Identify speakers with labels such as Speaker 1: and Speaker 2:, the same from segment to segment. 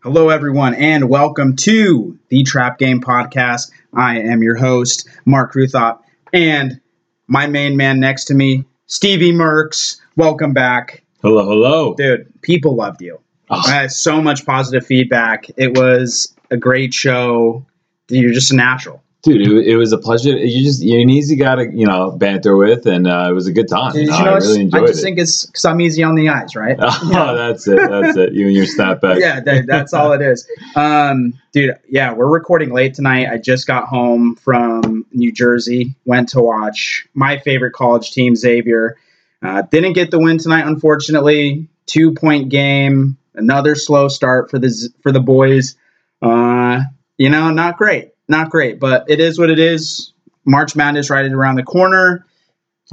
Speaker 1: Hello, everyone, and welcome to the Trap Game Podcast. I am your host, Mark Ruthop, and my main man next to me, Stevie Merks. Welcome back.
Speaker 2: Hello, hello.
Speaker 1: Dude, people loved you.
Speaker 2: Oh.
Speaker 1: I had so much positive feedback. It was a great show. You're just a natural.
Speaker 2: Dude, it, it was a pleasure. You just, you're an easy guy to, you know, banter with, and uh, it was a good time.
Speaker 1: Did
Speaker 2: know,
Speaker 1: you
Speaker 2: I
Speaker 1: notice-
Speaker 2: really enjoyed
Speaker 1: I just
Speaker 2: it.
Speaker 1: think it's because I'm easy on the eyes, right?
Speaker 2: oh, that's it. That's it. You and your snapback.
Speaker 1: yeah, that, that's all it is. Um, dude, yeah, we're recording late tonight. I just got home from New Jersey, went to watch my favorite college team, Xavier. Uh, didn't get the win tonight, unfortunately. Two point game, another slow start for the Z- for the boys. Uh, you know, not great, not great, but it is what it is. March Madness right around the corner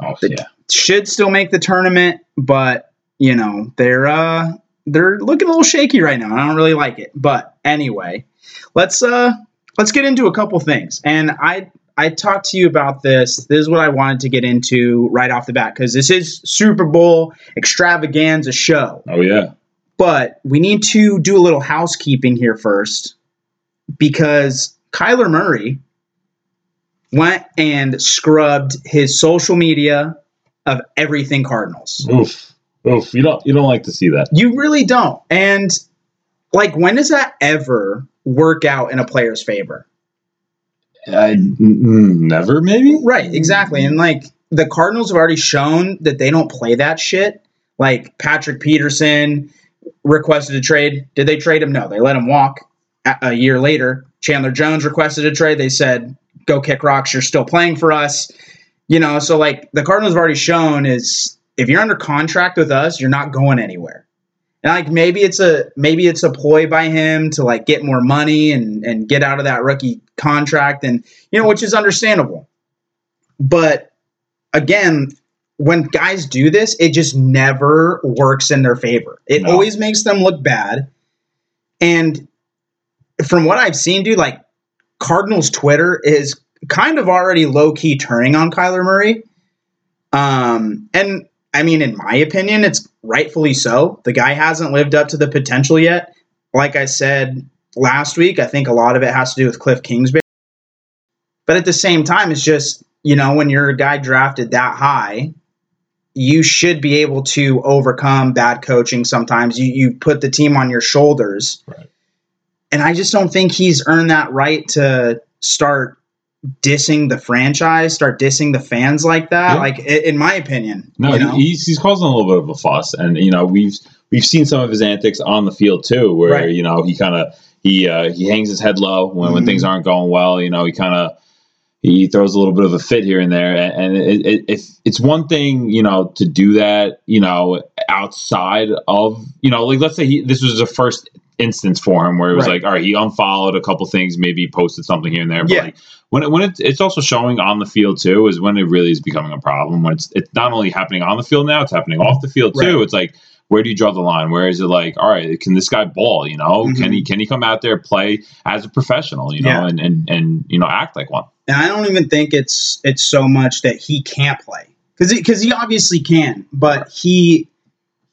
Speaker 2: Oh, yeah.
Speaker 1: should still make the tournament, but you know, they're uh they're looking a little shaky right now. and I don't really like it. But anyway, let's uh let's get into a couple things. And I I talked to you about this. This is what I wanted to get into right off the bat cuz this is Super Bowl extravaganza show.
Speaker 2: Oh, yeah.
Speaker 1: But we need to do a little housekeeping here first because Kyler Murray went and scrubbed his social media of everything Cardinals.
Speaker 2: Oof. Oof. You don't, you don't like to see that.
Speaker 1: You really don't. And like, when does that ever work out in a player's favor?
Speaker 2: I, n- n- never, maybe?
Speaker 1: Right, exactly. And like, the Cardinals have already shown that they don't play that shit. Like, Patrick Peterson requested a trade. Did they trade him? No, they let him walk a, a year later. Chandler Jones requested a trade. They said, go kick rocks. You're still playing for us. You know, so like the Cardinals have already shown is if you're under contract with us, you're not going anywhere. And like maybe it's a maybe it's a ploy by him to like get more money and and get out of that rookie contract and you know which is understandable. But again, when guys do this, it just never works in their favor. It
Speaker 2: No.
Speaker 1: always makes them look bad. And from what I've seen, dude, like Cardinals Twitter is kind of already low key turning on Kyler Murray. Um, and I mean, in my opinion, it's rightfully so. The guy hasn't lived up to the potential yet. Like I said last week, I think a lot of it has to do with Cliff Kingsbury. But at the same time, it's just, you know, when you're a guy drafted that high, you should be able to overcome bad coaching sometimes. You, you put the team on your shoulders.
Speaker 2: Right.
Speaker 1: And I just don't think he's earned that right to start dissing the franchise, start dissing the fans like that.
Speaker 2: Yeah.
Speaker 1: Like, i- in my opinion,
Speaker 2: No,
Speaker 1: you know?
Speaker 2: he- he's, he's causing a little bit of a fuss, and you know we've we've seen some of his antics on the field too, where
Speaker 1: Right.
Speaker 2: you know he kind of he uh, he hangs his head low when, when
Speaker 1: Mhm.
Speaker 2: things aren't going well. You know he kind of he throws a little bit of a fit here and there, and, and it, it, if it's one thing you know to do that, you know outside of you know like let's say he, this was the first instance for him where it was
Speaker 1: Right.
Speaker 2: like all right he unfollowed a couple things maybe posted something here and there but
Speaker 1: Yeah.
Speaker 2: like when it, when it, it's also showing on the field too is when it really is becoming a problem when it's it's not only happening on the field now it's happening off the field too
Speaker 1: Right.
Speaker 2: it's like where do you draw the line where is it like all right can this guy ball you know
Speaker 1: Mhm.
Speaker 2: can he can he come out there play as a professional you know
Speaker 1: Yeah.
Speaker 2: and, and and you know act like one
Speaker 1: and I don't even think it's it's so much that he can't play because because he, obviously can, but he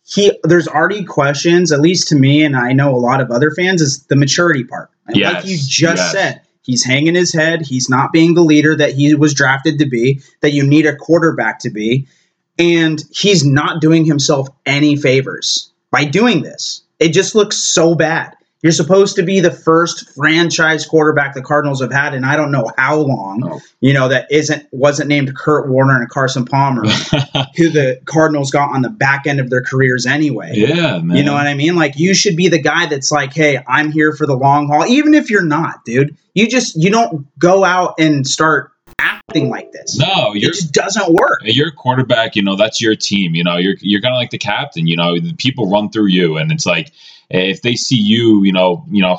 Speaker 1: he there's already questions at least to me, and I know a lot of other fans is the maturity part. And like
Speaker 2: Yes,
Speaker 1: you just
Speaker 2: yes.
Speaker 1: said, he's hanging his head. He's not being the leader that he was drafted to be. That you need a quarterback to be, and he's not doing himself any favors by doing this. It just looks so bad. You're supposed to be the first franchise quarterback the Cardinals have had in I don't know how long.
Speaker 2: Oh.
Speaker 1: You know that isn't wasn't named Kurt Warner and Carson Palmer, who the Cardinals got on the back end of their careers anyway.
Speaker 2: yeah man
Speaker 1: You know what I mean? Like you should be the guy that's like, "Hey, I'm here for the long haul." Even if you're not, dude, you just you don't go out and start acting like this.
Speaker 2: no
Speaker 1: it
Speaker 2: you're
Speaker 1: just doesn't work.
Speaker 2: you're a quarterback, you know, that's your team. You know, you're you're kind of like the captain. You know, the people run through you, and it's like if they see you, you know, you know,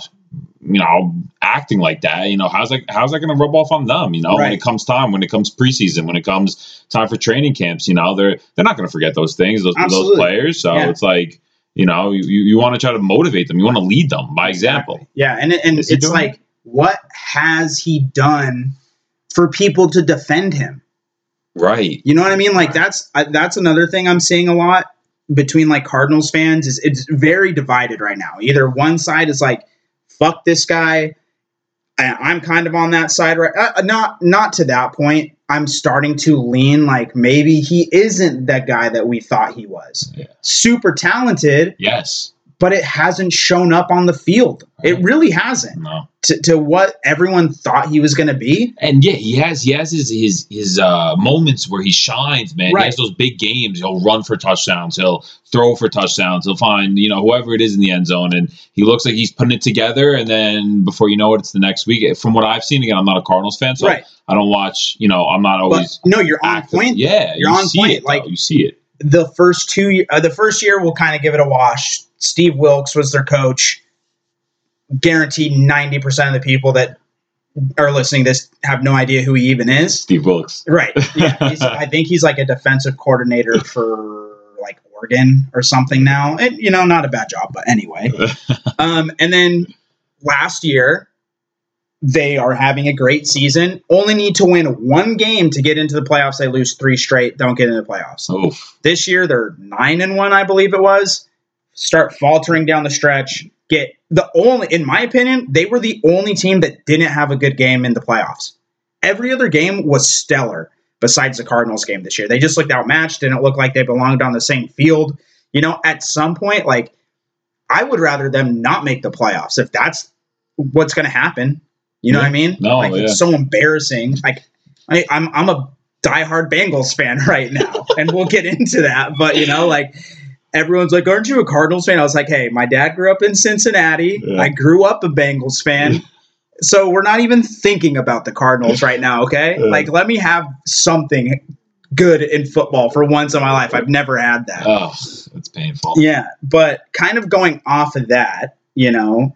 Speaker 2: you know, acting like that, you know, how's that how's that going to rub off on them? You know, when
Speaker 1: Right.
Speaker 2: it comes time, when it comes preseason, when it comes time for training camps, you know, they're they're not going to forget those things, those,
Speaker 1: Absolutely.
Speaker 2: those players. So
Speaker 1: Yeah.
Speaker 2: it's like you know, you, you want to try to motivate them, you want to lead them by example.
Speaker 1: Yeah, and it- and
Speaker 2: Is he
Speaker 1: it's
Speaker 2: doing
Speaker 1: like, what has he done for people to defend him?
Speaker 2: Right.
Speaker 1: You know what I mean? Like that's I, that's another thing I'm seeing a lot between like Cardinals fans is it's very divided right now. Either one side is like, "Fuck this guy," and I'm kind of on that side right. Uh, not not to that point. I'm starting to lean like maybe he isn't that guy that we thought he was.
Speaker 2: Yeah.
Speaker 1: Super talented,
Speaker 2: Yes.
Speaker 1: but it hasn't shown up on the field. It
Speaker 2: Right.
Speaker 1: really hasn't
Speaker 2: No.
Speaker 1: to, to what everyone thought he was going to be.
Speaker 2: And yeah, he has he has his his his uh, moments where he shines, man.
Speaker 1: Right.
Speaker 2: He has those big games. He'll run for touchdowns. He'll throw for touchdowns. He'll find you know whoever it is in the end zone, and he looks like he's putting it together. And then before you know it, it's the next week. From what I've seen, again, I'm not a Cardinals fan, so
Speaker 1: right.
Speaker 2: I don't watch. You know, I'm not
Speaker 1: But
Speaker 2: always
Speaker 1: no, you're on
Speaker 2: active.
Speaker 1: point.
Speaker 2: Yeah,
Speaker 1: You're
Speaker 2: you
Speaker 1: on
Speaker 2: see
Speaker 1: point,
Speaker 2: It,
Speaker 1: like-
Speaker 2: like you see it.
Speaker 1: the first two ye- uh, the first year we'll kind of give it a wash steve wilkes was their coach guaranteed 90% of the people that are listening to this have no idea who he even is
Speaker 2: Steve Wilkes.
Speaker 1: right yeah he's, i think he's like a defensive coordinator for like oregon or something now and you know not a bad job but anyway um, and then last year they are having a great season only need to win one game to get into the playoffs they lose three straight don't get into the playoffs
Speaker 2: Oof.
Speaker 1: this year they're nine and one, I believe it was. Start faltering down the stretch. Get the only, in my opinion, they were the only team that didn't have a good game in the playoffs. Every other game was stellar, besides the Cardinals game this year. They just looked outmatched. Didn't look like they belonged on the same field. You know, at some point, like I would rather them not make the playoffs if that's what's going to happen. You know
Speaker 2: Yeah.
Speaker 1: what I mean?
Speaker 2: No,
Speaker 1: like
Speaker 2: yeah.
Speaker 1: it's so embarrassing. Like I, I'm, I'm a diehard Bengals fan right now, and we'll get into that. But you know, like everyone's like, "Aren't you a Cardinals fan?" I was like, "Hey, my dad grew up in Cincinnati.
Speaker 2: Yeah.
Speaker 1: I grew up a Bengals fan." So we're not even thinking about the Cardinals right now, okay?
Speaker 2: Yeah.
Speaker 1: Like, let me have something good in football for once in my life. I've never had that.
Speaker 2: Oh, that's painful.
Speaker 1: Yeah, but kind of going off of that, you know,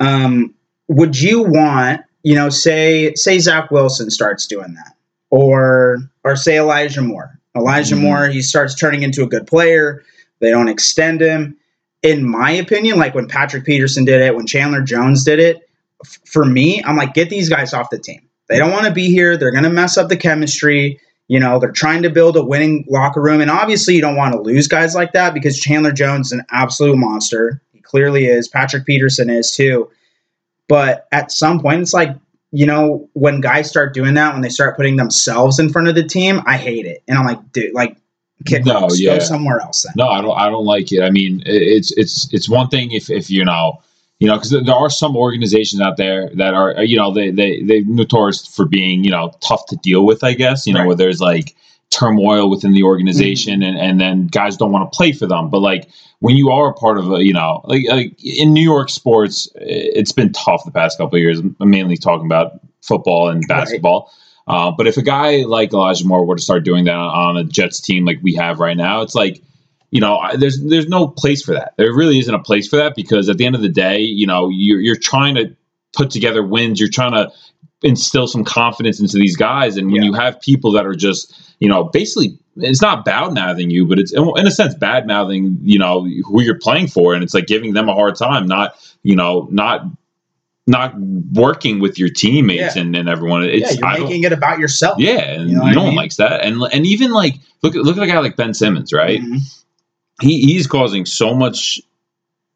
Speaker 1: um, would you want, you know, say say Zach Wilson starts doing that, or or say Elijah Moore. Elijah
Speaker 2: Mhm.
Speaker 1: Moore, he starts turning into a good player. They don't extend him. In my opinion, like when Patrick Peterson did it, when Chandler Jones did it, f- for me, I'm like, get these guys off the team. They don't want to be here. They're going to mess up the chemistry. You know, they're trying to build a winning locker room. And obviously, you don't want to lose guys like that because Chandler Jones is an absolute monster. He clearly is. Patrick Peterson is too. But at some point, it's like, you know, when guys start doing that, when they start putting themselves in front of the team, I hate it. And I'm like, dude, like, kick
Speaker 2: No,
Speaker 1: rocks,
Speaker 2: yeah.
Speaker 1: go somewhere else then.
Speaker 2: No, I don't. I don't like it. I mean, i- it's it's it's one thing if if you know, you know, because there are some organizations out there that are uh, you know they they they notorious for being you know tough to deal with. I guess you know
Speaker 1: Right.
Speaker 2: where there's like turmoil within the organization and and then guys don't want to play for them. But like when you are a part of a you know like like in New York sports, i- it's been tough the past couple of years. I'm mainly talking about football and
Speaker 1: Right.
Speaker 2: basketball. Uh, but if a guy like Elijah Moore were to start doing that on a Jets team like we have right now, it's like, you know, I, there's there's no place for that. There really isn't a place for that because at the end of the day, you know, you're you're trying to put together wins. You're trying to instill some confidence into these guys, and when
Speaker 1: Yeah.
Speaker 2: you have people that are just, you know, basically. It's not bad mouthing you, but it's in in a sense bad mouthing, you know, who you're playing for, and it's like giving them a hard time, not, you know, not, not working with your teammates
Speaker 1: Yeah.
Speaker 2: and, and everyone. It's
Speaker 1: yeah,
Speaker 2: I
Speaker 1: you're
Speaker 2: don't-
Speaker 1: making it about yourself.
Speaker 2: yeah, and
Speaker 1: You know what I
Speaker 2: no one
Speaker 1: mean?
Speaker 2: likes that. And and even like look at look at a guy like Ben Simmons, right?
Speaker 1: Mhm.
Speaker 2: He he's causing so much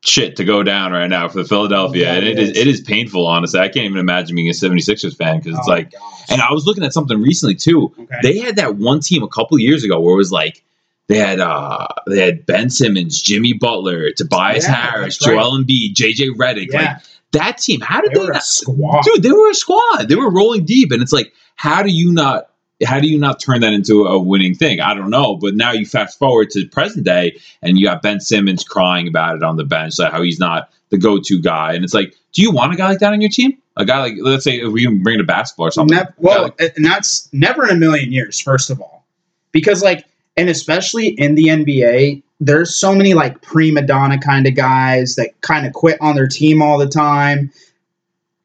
Speaker 2: shit to go down right now for the Philadelphia.
Speaker 1: Yeah,
Speaker 2: and
Speaker 1: it
Speaker 2: it is.
Speaker 1: is.
Speaker 2: it is painful, honestly. I can't even imagine being a 76ers fan because
Speaker 1: Oh
Speaker 2: it's
Speaker 1: my
Speaker 2: like
Speaker 1: gosh.
Speaker 2: and I was looking at something recently too.
Speaker 1: Okay.
Speaker 2: They had that one team a couple years ago where it was like they had uh they had Ben Simmons, Jimmy Butler, Tobias
Speaker 1: Yeah,
Speaker 2: Harris,
Speaker 1: that's right.
Speaker 2: Joel Embiid, JJ Redick.
Speaker 1: yeah,
Speaker 2: Like that team, how did
Speaker 1: they
Speaker 2: they,
Speaker 1: were a
Speaker 2: not
Speaker 1: squad.
Speaker 2: dude they were a squad they were rolling deep and it's like how do you not how do you not turn that into a winning thing i don't know but now you fast forward to present day and you got ben simmons crying about it on the bench like how he's not the go-to guy and it's like do you want a guy like that on your team a guy like let's say if we can bring it to basketball or something
Speaker 1: Nev- well, and that's never in a million years. First of all, because like, and especially in the NBA, there's so many like prima donna kind of guys that kind of quit on their team all the time.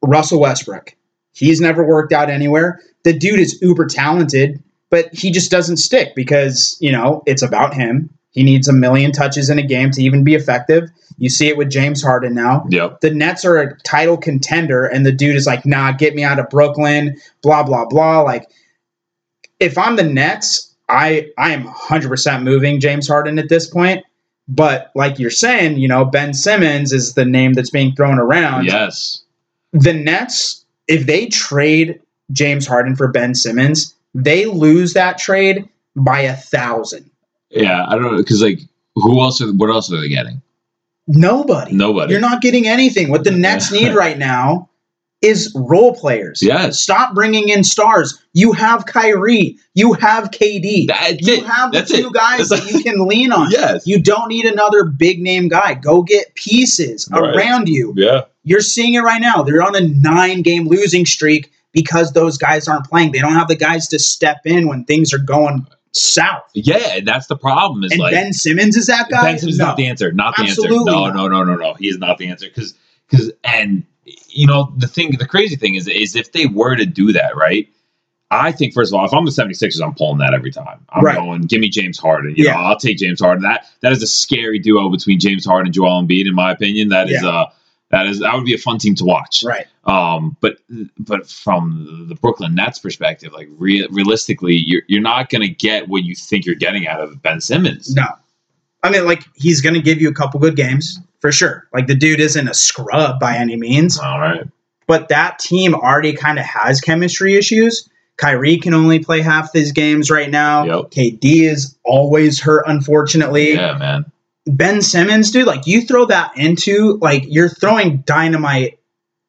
Speaker 1: Russell Westbrook, he's never worked out anywhere. The dude is uber talented, but he just doesn't stick because you know it's about him. He needs a million touches in a game to even be effective. You see it with James Harden now
Speaker 2: yep
Speaker 1: the Nets are a title contender, and the dude is like, nah, get me out of Brooklyn, blah, blah, blah. Like, if I'm the Nets, I I am 100% moving James Harden at this point. But like you're saying, you know, Ben Simmons is the name that's being thrown around.
Speaker 2: Yes.
Speaker 1: The Nets, if they trade James Harden for Ben Simmons, they lose that trade by a thousand.
Speaker 2: Yeah. I don't know because like who else? Are, what else are they getting?
Speaker 1: Nobody.
Speaker 2: Nobody.
Speaker 1: You're not getting anything. What the Nets need right now is role players.
Speaker 2: yes.
Speaker 1: Stop bringing in stars. You have Kyrie. You have KD.
Speaker 2: That's
Speaker 1: you
Speaker 2: it.
Speaker 1: have the
Speaker 2: That's
Speaker 1: two
Speaker 2: it.
Speaker 1: guys
Speaker 2: That's
Speaker 1: that you can lean on.
Speaker 2: Yes.
Speaker 1: You don't need another big name guy. Go get pieces
Speaker 2: Right.
Speaker 1: around you.
Speaker 2: Yeah.
Speaker 1: You're seeing it right now. They're on a nine game losing streak because those guys aren't playing. They don't have the guys to step in when things are going south.
Speaker 2: Yeah. and That's the problem. Is
Speaker 1: and
Speaker 2: like
Speaker 1: Ben Simmons is that guy?
Speaker 2: Ben Simmons is
Speaker 1: No.
Speaker 2: not the answer. Not the
Speaker 1: Absolutely
Speaker 2: answer. No,
Speaker 1: not.
Speaker 2: no, no, no, no. He is not the answer. Because, because, and you know, the thing, the crazy thing is, is if they were to do that, right? I think first of all, if I'm the 76ers, I'm pulling that every time. I'm
Speaker 1: Right.
Speaker 2: going, give me James Harden. You
Speaker 1: Yeah.
Speaker 2: know, I'll take James Harden. That that is a scary duo between James Harden and Joel Embiid, in my opinion. That is
Speaker 1: Yeah.
Speaker 2: uh that is that would be a fun team to watch.
Speaker 1: Right.
Speaker 2: Um, but but from the Brooklyn Nets perspective, like re- realistically, you're you're not gonna get what you think you're getting out of Ben Simmons.
Speaker 1: No. I mean, like, he's going to give you a couple good games for sure. Like, the dude isn't a scrub by any means,
Speaker 2: All right.
Speaker 1: but that team already kind of has chemistry issues. Kyrie can only play half these games right now.
Speaker 2: Yep.
Speaker 1: KD is always hurt, unfortunately.
Speaker 2: Yeah, man.
Speaker 1: Ben Simmons, dude, like, you throw that into, like, you're throwing dynamite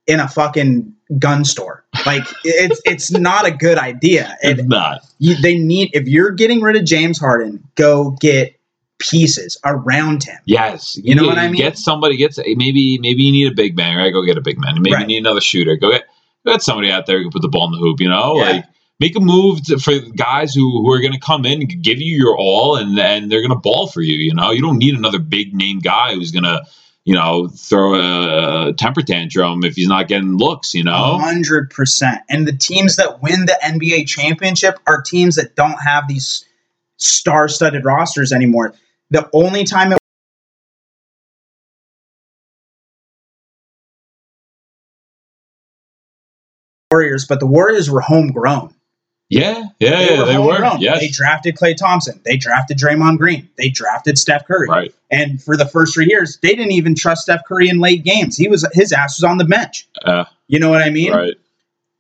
Speaker 1: in a fucking gun store. Like, it's, it's not a good idea. And
Speaker 2: It's not.
Speaker 1: you, they need if you're getting rid of James Harden, go get pieces around him.
Speaker 2: Yes,
Speaker 1: You know what I mean?
Speaker 2: Get somebody. Get maybe maybe you need a big man, right? Go get a big man. Maybe
Speaker 1: Right.
Speaker 2: you need another shooter. Go get go get somebody out there who can put the ball in the hoop. You know,
Speaker 1: Yeah.
Speaker 2: like make a move to, for guys who who are going to come in, give you your all, and and they're going to ball for you. You know, you don't need another big name guy who's going to you know throw a temper tantrum if he's not getting looks. You know,
Speaker 1: hundred percent. And the teams that win the NBA championship are teams that don't have these star-studded rosters anymore. The only time it Warriors, but the Warriors were homegrown.
Speaker 2: yeah, yeah, yeah, they were. Yes,
Speaker 1: They drafted Clay Thompson. They drafted Draymond Green. They drafted Steph Curry.
Speaker 2: right.
Speaker 1: And for the first three years, they didn't even trust Steph Curry in late games. He was his ass was on the bench.
Speaker 2: Uh,
Speaker 1: You know what I mean?
Speaker 2: right.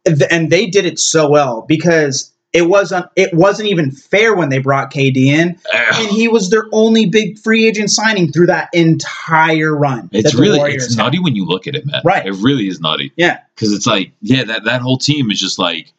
Speaker 1: Th- And they did it so well because it wasn't it wasn't even fair when they brought KD in, and he was their only big free agent signing through that entire run.
Speaker 2: It's
Speaker 1: that the
Speaker 2: really
Speaker 1: Warriors
Speaker 2: it's
Speaker 1: had.
Speaker 2: nutty when you look at it, man.
Speaker 1: Right.
Speaker 2: It really is nutty.
Speaker 1: Yeah.
Speaker 2: Because it's like, yeah, that, that whole team is just like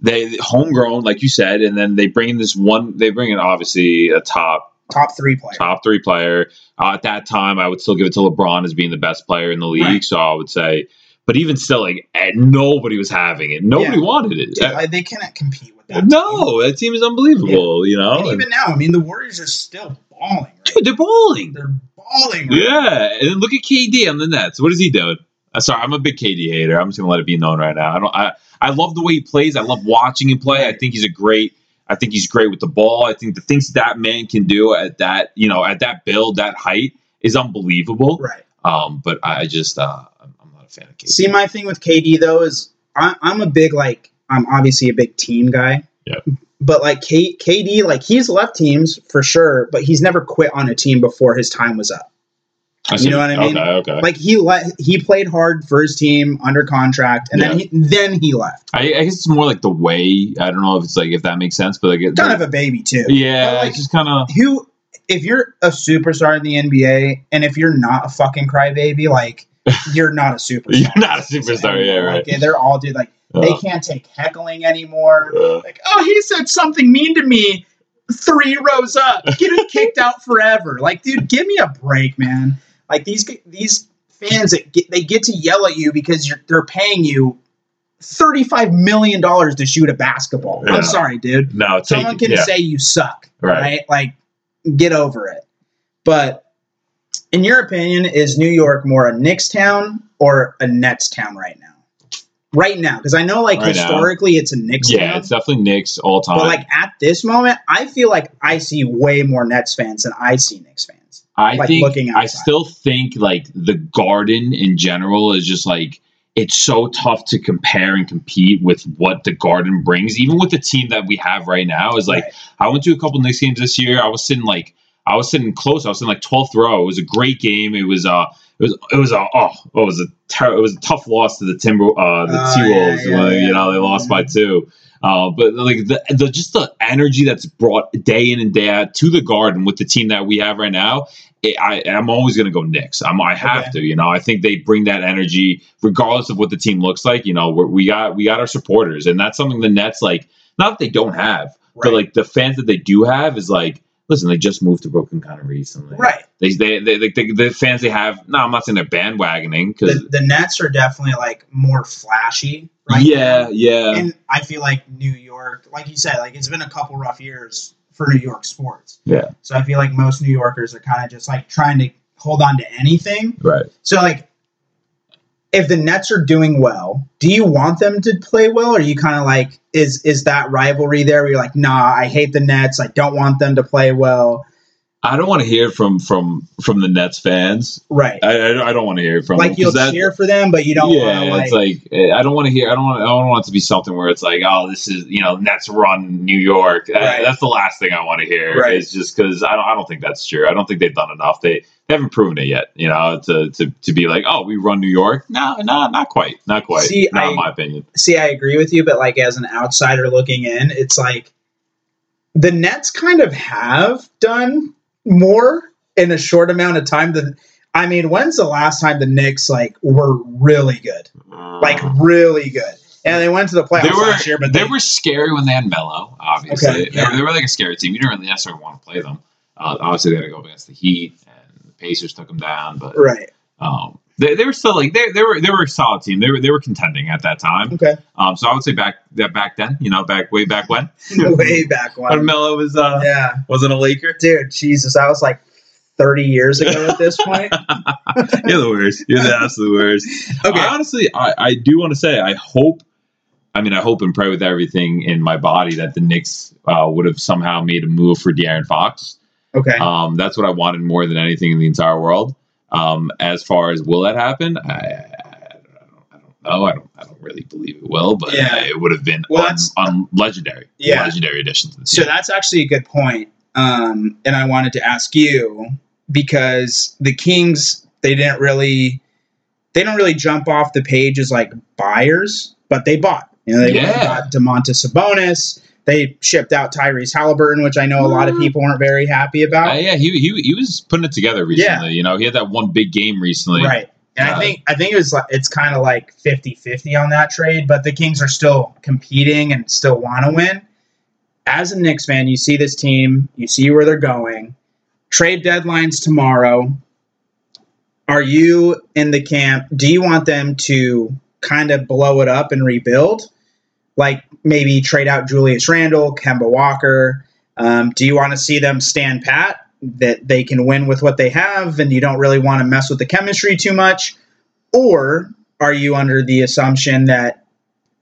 Speaker 2: they homegrown, like you said, and then they bring in this one. They bring in obviously a top
Speaker 1: top three player.
Speaker 2: top three player. Uh, at that time, I would still give it to LeBron as being the best player in the league.
Speaker 1: Right.
Speaker 2: So I would say, but even still, like eh, nobody was having it. Nobody
Speaker 1: Yeah.
Speaker 2: wanted it.
Speaker 1: Dude,
Speaker 2: Eh,
Speaker 1: like, they cannot compete with that. team.
Speaker 2: no, that team is unbelievable. You know,
Speaker 1: and even now, I mean, the Warriors are still balling. Right?
Speaker 2: dude, they're bowling.
Speaker 1: They're balling. Right?
Speaker 2: Yeah, and then look at KD on the Nets. What is he doing? Uh, sorry, I'm a big KD hater. I'm just gonna let it be known right now. I don't. I I love the way he plays. I love watching him play. I think he's a great. I think he's great with the ball. I think the things that man can do at that you know at that build that height is unbelievable.
Speaker 1: Right.
Speaker 2: Um, but I just uh, I'm I'm not a fan of KD.
Speaker 1: See, my thing with KD though is I, I'm a big like I'm obviously a big team guy.
Speaker 2: Yeah.
Speaker 1: But like K, KD, like he's left teams for sure, but he's never quit on a team before his time was up.
Speaker 2: I see.
Speaker 1: know what I mean?
Speaker 2: Okay, okay.
Speaker 1: Like he let he played hard for his team under contract, and then he then he left.
Speaker 2: I, I guess it's more like the way. I don't know if it's like if that makes sense, but like it-
Speaker 1: Kind of a baby too.
Speaker 2: yeah,
Speaker 1: like-
Speaker 2: it's just kind of
Speaker 1: Who, if you're a superstar in the NBA, and if you're not a fucking crybaby, like you're not a superstar.
Speaker 2: You're not a superstar, yeah, right. Uh.
Speaker 1: Like, they're all dude like they can't take heckling anymore. like, oh, he said something mean to me three rows up, getting kicked out forever. Like, dude, give me a break, man. Like these these fans, that get, they get to yell at you because you're, they're paying you thirty five million dollars to shoot a basketball.
Speaker 2: Yeah.
Speaker 1: I'm sorry, dude.
Speaker 2: no. Take,
Speaker 1: Someone can
Speaker 2: yeah,
Speaker 1: say you suck,
Speaker 2: Right.
Speaker 1: right? Like, get over it. But in your opinion, is New York more a Knicks town or a Nets town right now? Right now, because I know like
Speaker 2: Right now.
Speaker 1: historically it's a Knicks
Speaker 2: yeah,
Speaker 1: town.
Speaker 2: it's definitely Knicks all time.
Speaker 1: But like at this moment, I feel like I see way more Nets fans than I see Knicks fans.
Speaker 2: I
Speaker 1: like,
Speaker 2: think
Speaker 1: looking
Speaker 2: I
Speaker 1: outside.
Speaker 2: still think like the garden in general is just like it's so tough to compare and compete with what the garden brings, even with the team that we have right now. Is like
Speaker 1: Right.
Speaker 2: I went to a couple Knicks games this year. I was sitting like I was sitting close. I was sitting like 12th row. It was a great game. It was uh it was it was a oh it was a ter- it was a tough loss to the Timber uh the
Speaker 1: Oh,
Speaker 2: T Wolves.
Speaker 1: yeah, yeah, yeah.
Speaker 2: you know they lost by two. Uh, but like the, the just the energy that's brought day in and day out to the Garden with the team that we have right now. It, I I'm always gonna go Knicks. I'm I have
Speaker 1: Okay.
Speaker 2: to. You know I think they bring that energy regardless of what the team looks like. You know we're, we got we got our supporters and that's something the Nets like not that they don't have but like the fans that they do have is like listen they just moved to Brooklyn kind of recently
Speaker 1: right.
Speaker 2: they they, they, they, they the fans they have no i'm not saying they're bandwagoning because
Speaker 1: The, the Nets are definitely like more flashy. Right
Speaker 2: yeah
Speaker 1: now.
Speaker 2: yeah
Speaker 1: And I feel like New York, like you said, like it's been a couple rough years for New York sports.
Speaker 2: Yeah.
Speaker 1: So I feel like most New Yorkers are kind of just like trying to hold on to anything.
Speaker 2: right
Speaker 1: So like, if the Nets are doing well, do you want them to play well? Or are you kind of like, is is that rivalry there? Where you're like, nah, I hate the Nets. I don't want them to play well.
Speaker 2: i don't want to hear it from from from the nets fans
Speaker 1: Right.
Speaker 2: i i, I don't want to hear it from them,
Speaker 1: like
Speaker 2: 'cause
Speaker 1: you'll
Speaker 2: Uh, that-
Speaker 1: cheer for them, but you don't
Speaker 2: yeah,
Speaker 1: want
Speaker 2: it's
Speaker 1: to like.
Speaker 2: like eh, I don't want to hear. I don't want. I don't want it to be something where it's like, oh, this is you know Nets run New York. That-
Speaker 1: Right.
Speaker 2: That's the last thing I want to hear.
Speaker 1: Right.
Speaker 2: It's just because I don't. I don't think that's true. I don't think they've done enough. They they haven't proven it yet. You know, to to, to be like, oh, we run New York. No, no, not quite. Not quite.
Speaker 1: See,
Speaker 2: not
Speaker 1: I-
Speaker 2: in my opinion.
Speaker 1: see, I agree with you, but like as an outsider looking in, it's like the Nets kind of have done more in a short amount of time than. I mean, when's the last time the Knicks like were really good, like really good, and they went to the playoffs
Speaker 2: They were,
Speaker 1: last year? But
Speaker 2: they, were scary when they had Melo. Obviously,
Speaker 1: Okay,
Speaker 2: They-
Speaker 1: yeah.
Speaker 2: they, were like a scary team. You didn't really necessarily want to play them. Uh, obviously, they had to go against the Heat and the Pacers took them down. But
Speaker 1: right.
Speaker 2: um, they, they were still like they, they were they were a solid team. They were they were contending at that time.
Speaker 1: Okay,
Speaker 2: Um, so I would say back that back then, you know, back way back when
Speaker 1: way back
Speaker 2: when
Speaker 1: when.
Speaker 2: Melo was uh,
Speaker 1: Yeah,
Speaker 2: wasn't a Laker.
Speaker 1: dude, Jesus, I was like thirty years ago at this point.
Speaker 2: You're the worst. You're the absolute worst.
Speaker 1: Okay,
Speaker 2: I honestly, I, I do want to say I hope. I mean, I hope and pray with everything in my body that the Knicks uh, would have somehow made a move for De'Aaron Fox.
Speaker 1: okay,
Speaker 2: Um, that's what I wanted more than anything in the entire world. Um, as far as will that happen, I, I, don't, I don't know. I don't. I don't really believe it will, but
Speaker 1: Yeah.
Speaker 2: uh, it would have been
Speaker 1: Well,
Speaker 2: un-
Speaker 1: that's-
Speaker 2: un- legendary.
Speaker 1: Yeah.
Speaker 2: legendary addition to the
Speaker 1: So
Speaker 2: team.
Speaker 1: that's actually a good point. Um, and I wanted to ask you because the Kings they didn't really they don't really jump off the page as like buyers, but they bought. You know, they went and
Speaker 2: Yeah.
Speaker 1: got Demontis Sabonis. They shipped out Tyrese Halliburton, which I know a lot of
Speaker 2: Mhm.
Speaker 1: people weren't very happy about.
Speaker 2: Uh, yeah, he, he he was putting it together recently. You know, he had that one big game recently.
Speaker 1: right. And I
Speaker 2: Uh,
Speaker 1: think I think it was like, it's kind of like 50-50 on that trade, but the Kings are still competing and still want to win. As a Knicks fan, you see this team, you see where they're going. Trade deadlines tomorrow. Are you in the camp? Do you want them to kind of blow it up and rebuild? Like maybe trade out Julius Randle, Kemba Walker. Um, do you want to see them stand pat that they can win with what they have and you don't really want to mess with the chemistry too much? Or are you under the assumption that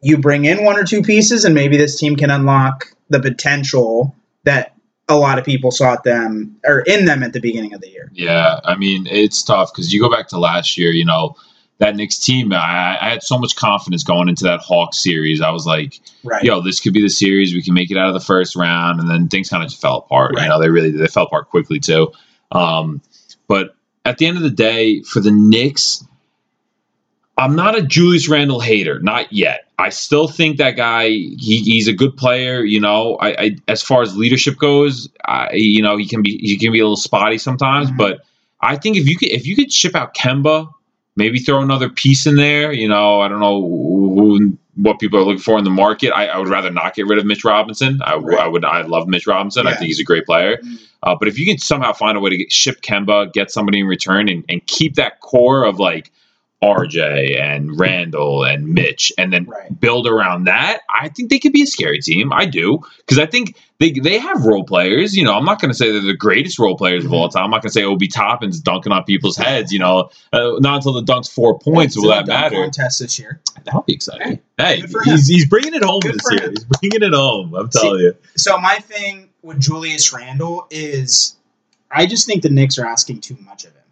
Speaker 1: you bring in one or two pieces and maybe this team can unlock the potential that a lot of people saw at them or in them at the beginning of the year?
Speaker 2: Yeah, I mean it's tough because you go back to last year. You know that Knicks team. I, I had so much confidence going into that Hawks series. I was like,
Speaker 1: Right.
Speaker 2: yo, this could be the series. We can make it out of the first round, and then things kind of just fell apart.
Speaker 1: Right.
Speaker 2: You know, they really they fell apart quickly too. Um, but at the end of the day, for the Knicks, I'm not a Julius Randle hater, not yet. I still think that guy he, he's a good player. You know, I, I as far as leadership goes, I, you know he can be he can be a little spotty sometimes,
Speaker 1: Mhm.
Speaker 2: but I think if you could if you could ship out Kemba maybe throw another piece in there. You know, I don't know who, what people are looking for in the market. I, I would rather not get rid of Mitch Robinson. I,
Speaker 1: Right.
Speaker 2: I would. I love Mitch Robinson. I
Speaker 1: Yeah.
Speaker 2: think he's a great player.
Speaker 1: Mm.
Speaker 2: Uh, but if you can somehow find a way to get, ship Kemba, get somebody in return, and, and keep that core of like RJ and Randall and Mitch, and then
Speaker 1: Right.
Speaker 2: build around that, I think they could be a scary team. I do because I think they they have role players. You know, I'm not going to say they're the greatest role players
Speaker 1: Mm-hmm.
Speaker 2: of all time. I'm not going to say Obi Toppin's dunking on people's heads. You know, uh, not until the dunk's four points will
Speaker 1: It's a
Speaker 2: that
Speaker 1: dunk
Speaker 2: matter.
Speaker 1: Contest this year.
Speaker 2: That'll be exciting. Hey,
Speaker 1: Good for him.
Speaker 2: he's, he's bringing it home
Speaker 1: Good
Speaker 2: this
Speaker 1: for
Speaker 2: year.
Speaker 1: him.
Speaker 2: He's bringing it home. I'm
Speaker 1: See-
Speaker 2: telling you.
Speaker 1: So my thing with Julius Randle is, I just think the Knicks are asking too much of him.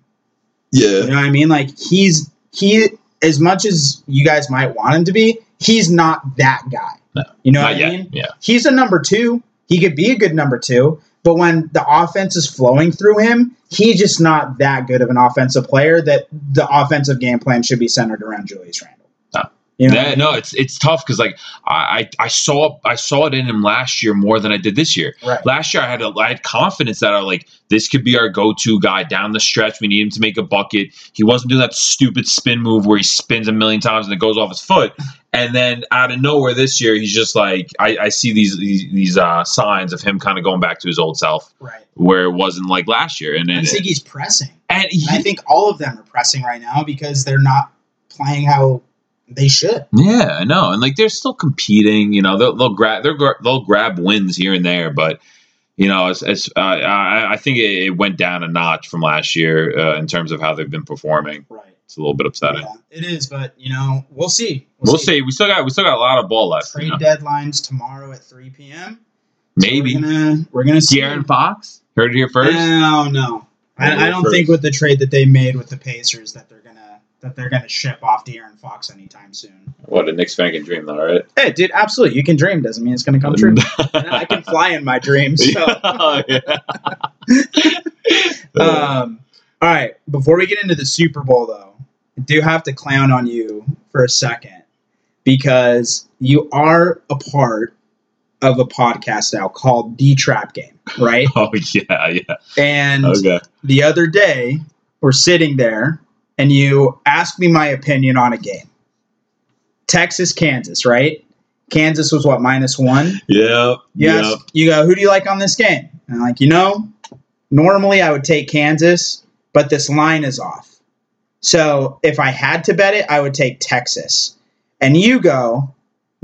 Speaker 1: You
Speaker 2: Yeah.
Speaker 1: know what I mean? Like he's he as much as you guys might want him to be, he's not that guy.
Speaker 2: No.
Speaker 1: you know
Speaker 2: Not
Speaker 1: what I
Speaker 2: yet.
Speaker 1: mean?
Speaker 2: Yeah.
Speaker 1: He's a number two. He could be a good number two, But when the offense is flowing through him, he's just not that good of an offensive player that the offensive game plan should be centered around Julius Randle.
Speaker 2: No.
Speaker 1: You know?
Speaker 2: Yeah, no, it's it's tough because like I, I I saw I saw it in him last year more than I did this year.
Speaker 1: right.
Speaker 2: Last year I had a, I had confidence that I like this could be our go-to guy down the stretch. We need him to make a bucket. He wasn't doing that stupid spin move where he spins a million times and it goes off his foot. And then out of nowhere this year he's just like I, I see these these, these uh, signs of him kind of going back to his old self
Speaker 1: Right.
Speaker 2: where it wasn't like last year. And
Speaker 1: I
Speaker 2: and,
Speaker 1: think he's pressing.
Speaker 2: and
Speaker 1: And I
Speaker 2: he,
Speaker 1: think all of them are pressing right now because they're not playing how they should.
Speaker 2: yeah, I know. And like they're still competing. You know, they'll, they'll grab they're, gra- they'll grab wins here and there, but. You know, it's, it's, uh, I, I think it, it went down a notch from last year uh, in terms of how they've been performing.
Speaker 1: Right.
Speaker 2: it's a little bit upsetting.
Speaker 1: Yeah, it is, but you know, we'll see.
Speaker 2: We'll see. We still got we still got a lot of ball left.
Speaker 1: Trade
Speaker 2: you know.
Speaker 1: deadlines tomorrow at 3 p.m. So
Speaker 2: Maybe
Speaker 1: we're gonna, we're gonna see.
Speaker 2: De'Aaron Fox heard it here first.
Speaker 1: No, no. I,
Speaker 2: Heard it
Speaker 1: I
Speaker 2: here
Speaker 1: don't
Speaker 2: first.
Speaker 1: think with the trade that they made with the Pacers that they're gonna that they're gonna ship off De'Aaron Fox anytime soon.
Speaker 2: What a Knicks fan can dream, though, right?
Speaker 1: Hey, dude, absolutely. You can dream doesn't mean it's gonna come true. And I can fly in my dreams. So.
Speaker 2: Yeah, yeah.
Speaker 1: Um, all right. Before we get into the Super Bowl, though, I do have to clown on you for a second because you are a part of a podcast now called The Trap Game, right?
Speaker 2: oh yeah, yeah.
Speaker 1: And
Speaker 2: Okay.
Speaker 1: the other day, we're sitting there, and you asked me my opinion on a game. Texas, Kansas, right? Kansas was what minus one.
Speaker 2: Yep.
Speaker 1: Yes.
Speaker 2: Yep.
Speaker 1: You go, who do you like on this game? And I'm like, you know, normally I would take Kansas, but this line is off. So if I had to bet it, I would take Texas. And you go,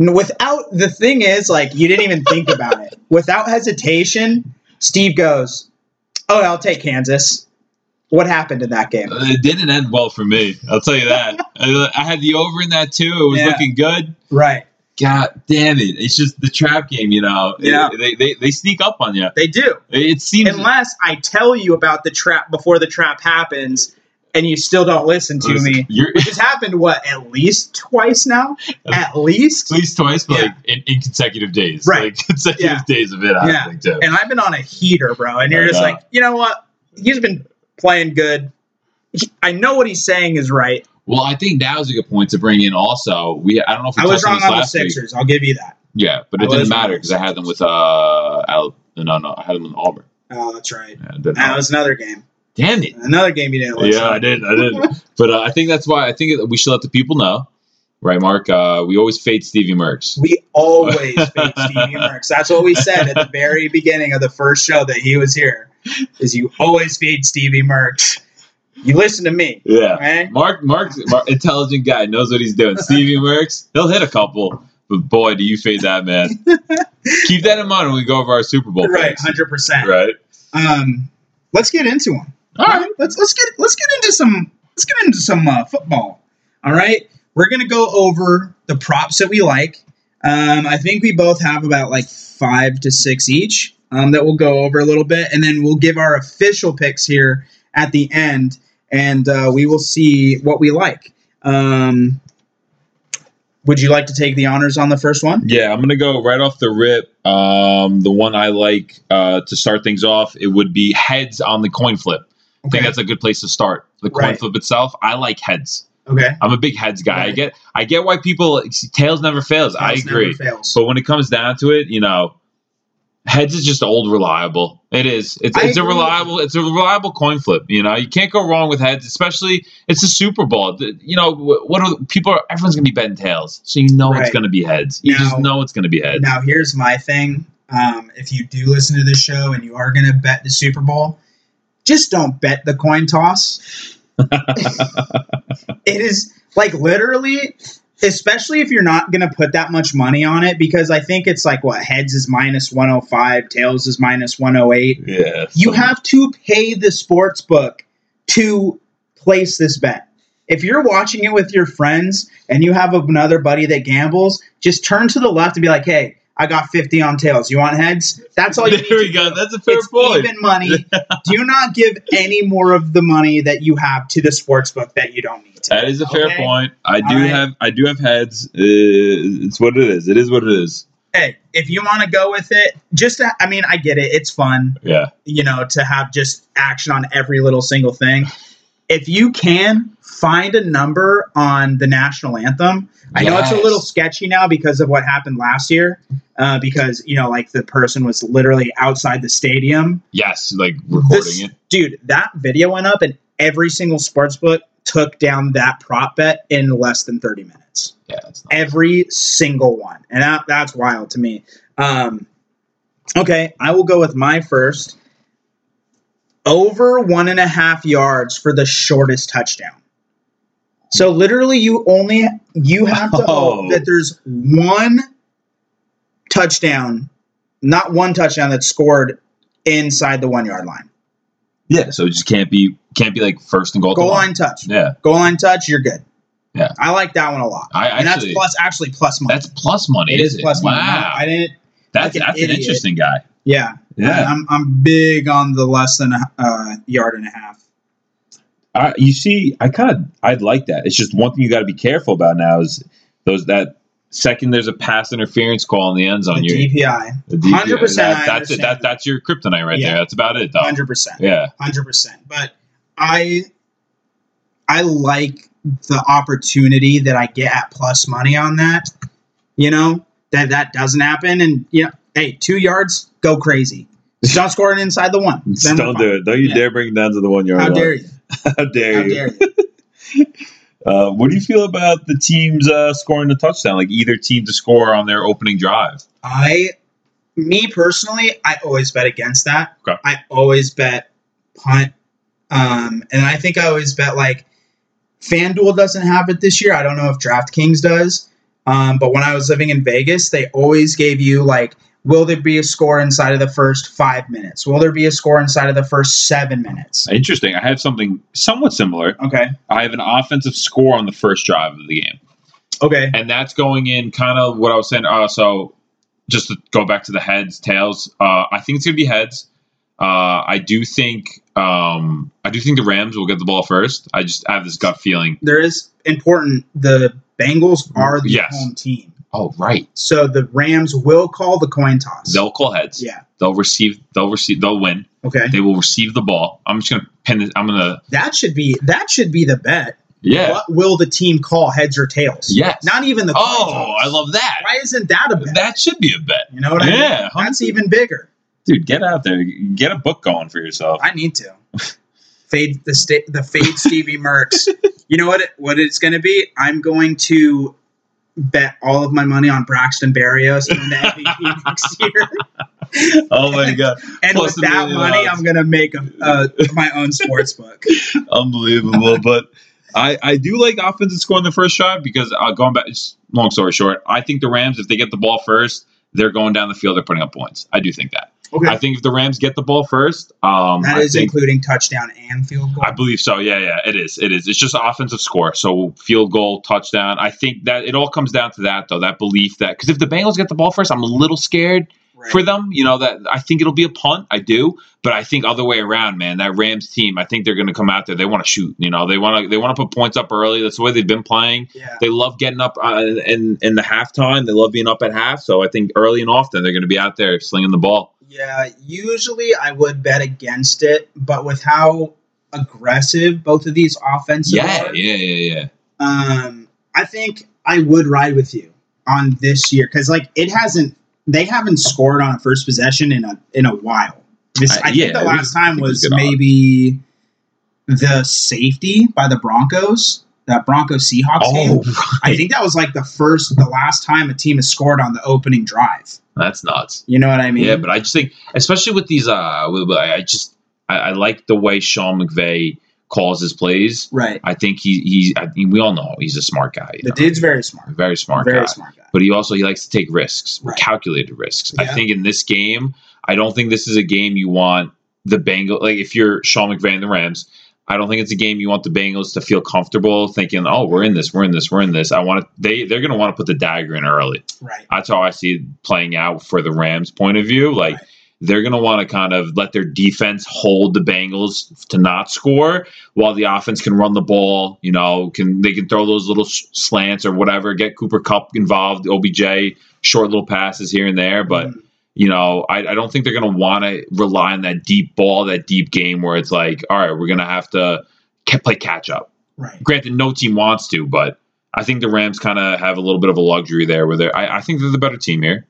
Speaker 1: n- without the thing is, like, you didn't even think about it. Without hesitation, Steve goes, oh, I'll take Kansas. What happened in that game?
Speaker 2: It didn't end well for me. I'll tell you that. I I had the over in that too. It was
Speaker 1: Yeah.
Speaker 2: looking good.
Speaker 1: Right.
Speaker 2: God damn it! It's just the trap game, you know.
Speaker 1: Yeah.
Speaker 2: They, they they sneak up on you.
Speaker 1: They do.
Speaker 2: It seems
Speaker 1: Unless I tell you about the trap before the trap happens and you still don't listen to me.
Speaker 2: You're,
Speaker 1: which has happened what at least twice now at least
Speaker 2: at least twice, but
Speaker 1: Yeah.
Speaker 2: like in, in consecutive days,
Speaker 1: Right.
Speaker 2: Like consecutive days of it, I
Speaker 1: Yeah.
Speaker 2: think too.
Speaker 1: and i've been on a heater bro and you're just
Speaker 2: I know.
Speaker 1: like you know what he's been playing good He- i know what he's saying is right
Speaker 2: Well, I think now's a good point to bring in. Also, we I don't know if we
Speaker 1: i was
Speaker 2: touched on
Speaker 1: wrong
Speaker 2: this
Speaker 1: on the
Speaker 2: last week.
Speaker 1: sixers i'll give you that
Speaker 2: Yeah, but
Speaker 1: I
Speaker 2: it didn't
Speaker 1: was wrong
Speaker 2: matter
Speaker 1: on the
Speaker 2: because I had them with uh, Al, no, no, I had them in Auburn.
Speaker 1: oh that's right
Speaker 2: Yeah, it didn't
Speaker 1: that
Speaker 2: matter.
Speaker 1: was another game
Speaker 2: Damn it!
Speaker 1: another game you didn't listen
Speaker 2: Yeah, I did, I did. but uh, I think that's why I think that we should let the people know, right, Mark? Uh, we always fade Stevie Merckx.
Speaker 1: we always fade Stevie Merckx. That's what we said at the very beginning of the first show that he was here. Is you always feed Stevie Merckx. You listen to me,
Speaker 2: Yeah,
Speaker 1: okay?
Speaker 2: Mark, Mark's Mark, intelligent guy knows what he's doing. Stevie Merckx, he'll hit a couple, but boy, do you fade that man. Keep that in mind when we go over our Super Bowl
Speaker 1: Right,
Speaker 2: picks,
Speaker 1: hundred percent.
Speaker 2: right?
Speaker 1: Um, let's get into them.
Speaker 2: All right.
Speaker 1: let's let's get let's get into some let's get into some uh, football. All right, we're gonna go over the props that we like. Um, I think we both have about like five to six each um, that we'll go over a little bit, and then we'll give our official picks here at the end, and uh, we will see what we like. Um, would you like to take the honors on the first one?
Speaker 2: Yeah, I'm gonna go right off the rip. Um, the one I like uh, to start things off, it would be heads on the coin flip. I think that's a good place to start. The coin
Speaker 1: Right.
Speaker 2: flip itself, I like heads.
Speaker 1: Okay.
Speaker 2: I'm a big heads guy. I
Speaker 1: Right.
Speaker 2: get, I get why people tails never fails. I
Speaker 1: Tails
Speaker 2: agree.
Speaker 1: Never fails.
Speaker 2: But when it comes down to it, you know, heads is just old reliable. It is. It's,
Speaker 1: I
Speaker 2: it's a
Speaker 1: agree with
Speaker 2: reliable. It's a reliable coin flip. You know, you can't go wrong with heads, especially it's a Super Bowl. The- You know, wh- what are people? Are, everyone's gonna be betting tails, so you know it's
Speaker 1: Right.
Speaker 2: gonna be heads. You just
Speaker 1: Now-
Speaker 2: know it's gonna be heads.
Speaker 1: Now, here's my thing. Um, if you do listen to this show and you are going to bet the Super Bowl, just don't bet the coin toss. it is like literally, especially if you're not going to put that much money on it, because I think it's like what heads is minus 105, tails is minus 108.
Speaker 2: Yeah,
Speaker 1: You have to pay the sports book to place this bet. If you're watching it with your friends and you have another buddy that gambles, just turn to the left and be like, "Hey, I got 50 on tails. You want heads?" That's all you
Speaker 2: There
Speaker 1: need.
Speaker 2: we
Speaker 1: to
Speaker 2: go.
Speaker 1: do.
Speaker 2: That's a fair
Speaker 1: it's
Speaker 2: point.
Speaker 1: even money. do not give any more of the money that you have to the sports book that you don't need to.
Speaker 2: That is a fair
Speaker 1: Okay.
Speaker 2: point. I do
Speaker 1: All right.
Speaker 2: have I do have heads. Uh, it's what it is. It is what it is.
Speaker 1: hey, if you want to go with it, just to, I mean, I get it. It's fun,
Speaker 2: Yeah.
Speaker 1: you know, to have just action on every little single thing. If you can find a number on the national anthem, I know it's a
Speaker 2: Yes.
Speaker 1: little sketchy now because of what happened last year. Uh, because you know, like the person was literally outside the stadium.
Speaker 2: Yes, like recording
Speaker 1: This-
Speaker 2: it.
Speaker 1: Dude, that video went up, and every single sports book took down that prop bet in less than thirty minutes
Speaker 2: Yeah, it's not,
Speaker 1: every single one and that, that's wild to me um, okay i will go with my first over one and a half yards for the shortest touchdown so literally you only you have to
Speaker 2: Oh.
Speaker 1: hope that there's one touchdown not one touchdown that's scored inside the one yard line
Speaker 2: yeah, so it just can't be can't be like first and goal. at the
Speaker 1: goal
Speaker 2: line.
Speaker 1: line touch
Speaker 2: Yeah,
Speaker 1: goal line touch you're good
Speaker 2: Yeah.
Speaker 1: i like that one a lot
Speaker 2: I
Speaker 1: and that's
Speaker 2: actually
Speaker 1: plus actually plus money
Speaker 2: that's plus money.
Speaker 1: it is
Speaker 2: isn't
Speaker 1: plus
Speaker 2: wow.
Speaker 1: money i didn't like
Speaker 2: that's
Speaker 1: an
Speaker 2: that's an
Speaker 1: idiot.
Speaker 2: interesting guy.
Speaker 1: yeah
Speaker 2: Yeah,
Speaker 1: I'm I'm big on the less than a uh, yard and a half.
Speaker 2: I, you see, I kind of I'd like that. It's just one thing you got to be careful about now is those that second there's a pass interference call in the end
Speaker 1: The
Speaker 2: zone. you're-
Speaker 1: DPI,
Speaker 2: the DP
Speaker 1: 100% I
Speaker 2: that's it.
Speaker 1: understand.
Speaker 2: That, that's your kryptonite right
Speaker 1: Yeah.
Speaker 2: there. That's about it, though.
Speaker 1: hundred percent,
Speaker 2: Oh. Yeah,
Speaker 1: hundred percent. But I I like the opportunity that I get at plus money on that. You know that that doesn't happen, and you know, hey, two yards, go crazy. Just don't score it inside the one. Then we're
Speaker 2: don't
Speaker 1: fine.
Speaker 2: do it. Don't you
Speaker 1: Yeah.
Speaker 2: dare bring it down to the one yard
Speaker 1: How
Speaker 2: line.
Speaker 1: dare you?
Speaker 2: How dare
Speaker 1: How
Speaker 2: you?
Speaker 1: dare you?
Speaker 2: Uh, what do you feel about the teams uh, scoring a touchdown? Like either team to score on their opening drive.
Speaker 1: I, me personally, I always bet against that.
Speaker 2: Okay.
Speaker 1: I always bet punt, um, and I think I always bet like FanDuel doesn't have it this year. I don't know if DraftKings does, um, but when I was living in Vegas, they always gave you like, will there be a score inside of the first five minutes? Will there be a score inside of the first seven minutes?
Speaker 2: Interesting. I have something somewhat similar.
Speaker 1: Okay.
Speaker 2: I have an offensive score on the first drive of the game.
Speaker 1: Okay.
Speaker 2: and that's going in kind of what I was saying. Uh, so just to go back to the heads, tails. Uh, I think it's gonna be heads. Uh, I do think um, I do think the Rams will get the ball first. I just have this gut feeling.
Speaker 1: There is important. The Bengals are the
Speaker 2: Yes.
Speaker 1: home team,
Speaker 2: Oh, right.
Speaker 1: so the Rams will call the coin toss.
Speaker 2: They'll call heads.
Speaker 1: Yeah.
Speaker 2: They'll receive. They'll receive. They'll win.
Speaker 1: Okay.
Speaker 2: They will receive the ball. I'm just gonna pin. This, I'm gonna.
Speaker 1: That should be that should be the bet.
Speaker 2: Yeah.
Speaker 1: What will the team call heads or tails?
Speaker 2: Yes.
Speaker 1: Not even the. coin
Speaker 2: oh,
Speaker 1: toss.
Speaker 2: I love that.
Speaker 1: Why isn't that a bet?
Speaker 2: That should be a bet,
Speaker 1: you know what I mean?
Speaker 2: Yeah, huh?
Speaker 1: That's even bigger.
Speaker 2: dude. Get out there. Get a book going for yourself.
Speaker 1: I need to fade the sta- the fade Stevie Mercs. you know what? It, what it's going to be? I'm going to bet all of my money on Braxton Berrios in the MVP next year.
Speaker 2: Oh my god,
Speaker 1: And
Speaker 2: Plus a
Speaker 1: with that
Speaker 2: million
Speaker 1: money,
Speaker 2: odds.
Speaker 1: I'm going to make a, uh, my own sports book.
Speaker 2: unbelievable. but I, I do like offensive score in the first drive because uh, going back, just long story short, I think the Rams, if they get the ball first, they're going down the field. They're putting up points. I do think that.
Speaker 1: Okay.
Speaker 2: I think if the Rams get the ball first, um,
Speaker 1: that
Speaker 2: I
Speaker 1: is
Speaker 2: think,
Speaker 1: including touchdown and field goal.
Speaker 2: I believe so. Yeah, yeah, it is. It is. It's just offensive score. So field goal, touchdown. I think that it all comes down to that, though. That belief that because if the Bengals get the ball first, I'm a little scared
Speaker 1: Right.
Speaker 2: for them. You know that I think it'll be a punt. I do, but I think other way around, man. That Rams team, I think they're going to come out there. They want to shoot. You know, they want to they want to put points up early. That's the way they've been playing.
Speaker 1: yeah.
Speaker 2: They love getting up uh, in in the halftime. They love being up at half. So I think early and often they're going to be out there slinging the ball.
Speaker 1: Yeah, usually I would bet against it, but with how aggressive both of these offenses
Speaker 2: yeah,
Speaker 1: are,
Speaker 2: yeah, yeah, yeah.
Speaker 1: um, I think I would ride with you on this year because like it hasn't, they haven't scored on a first possession in a in a while. This,
Speaker 2: Uh,
Speaker 1: I think
Speaker 2: yeah,
Speaker 1: the
Speaker 2: it
Speaker 1: last
Speaker 2: was- I
Speaker 1: time
Speaker 2: think it was
Speaker 1: was
Speaker 2: good odds.
Speaker 1: maybe the safety by the Broncos, that Broncos Seahawks game.
Speaker 2: Oh,
Speaker 1: I think that was like the first, the last time a team has scored on the opening drive.
Speaker 2: that's nuts.
Speaker 1: You know what I mean?
Speaker 2: yeah, but I just think, especially with these, uh, with- with- I I just I, I like the way Sean McVay calls his plays.
Speaker 1: right.
Speaker 2: I think he he. I mean, we all know he's a smart guy. you
Speaker 1: The
Speaker 2: know?
Speaker 1: dude's very smart.
Speaker 2: very smart
Speaker 1: very
Speaker 2: guy.
Speaker 1: smart guy.
Speaker 2: But he also he likes to take risks,
Speaker 1: Right.
Speaker 2: calculated risks. I
Speaker 1: Yeah.
Speaker 2: think in this game, I don't think this is a game you want the Bengals. Like if you're Sean McVay and the Rams, I don't think it's a game you want the Bengals to feel comfortable thinking, "Oh, we're in this, we're in this, we're in this." I want to. They they're going to want to put the dagger in early.
Speaker 1: Right.
Speaker 2: That's how I see it playing out for the Rams' point of view. Like
Speaker 1: Right.
Speaker 2: they're going to want to kind of let their defense hold the Bengals to not score while the offense can run the ball. You know, can they can throw those little slants or whatever, get Cooper Cup involved, OBJ, short little passes here and there. But,
Speaker 1: Um,
Speaker 2: mm-hmm. you know, I, I don't think they're going to want to rely on that deep ball, that deep game where it's like, all right, we're going to have to play catch up.
Speaker 1: Right.
Speaker 2: Granted, no team wants to, but I think the Rams kind of have a little bit of a luxury there where they're, I, I think they're the better team here.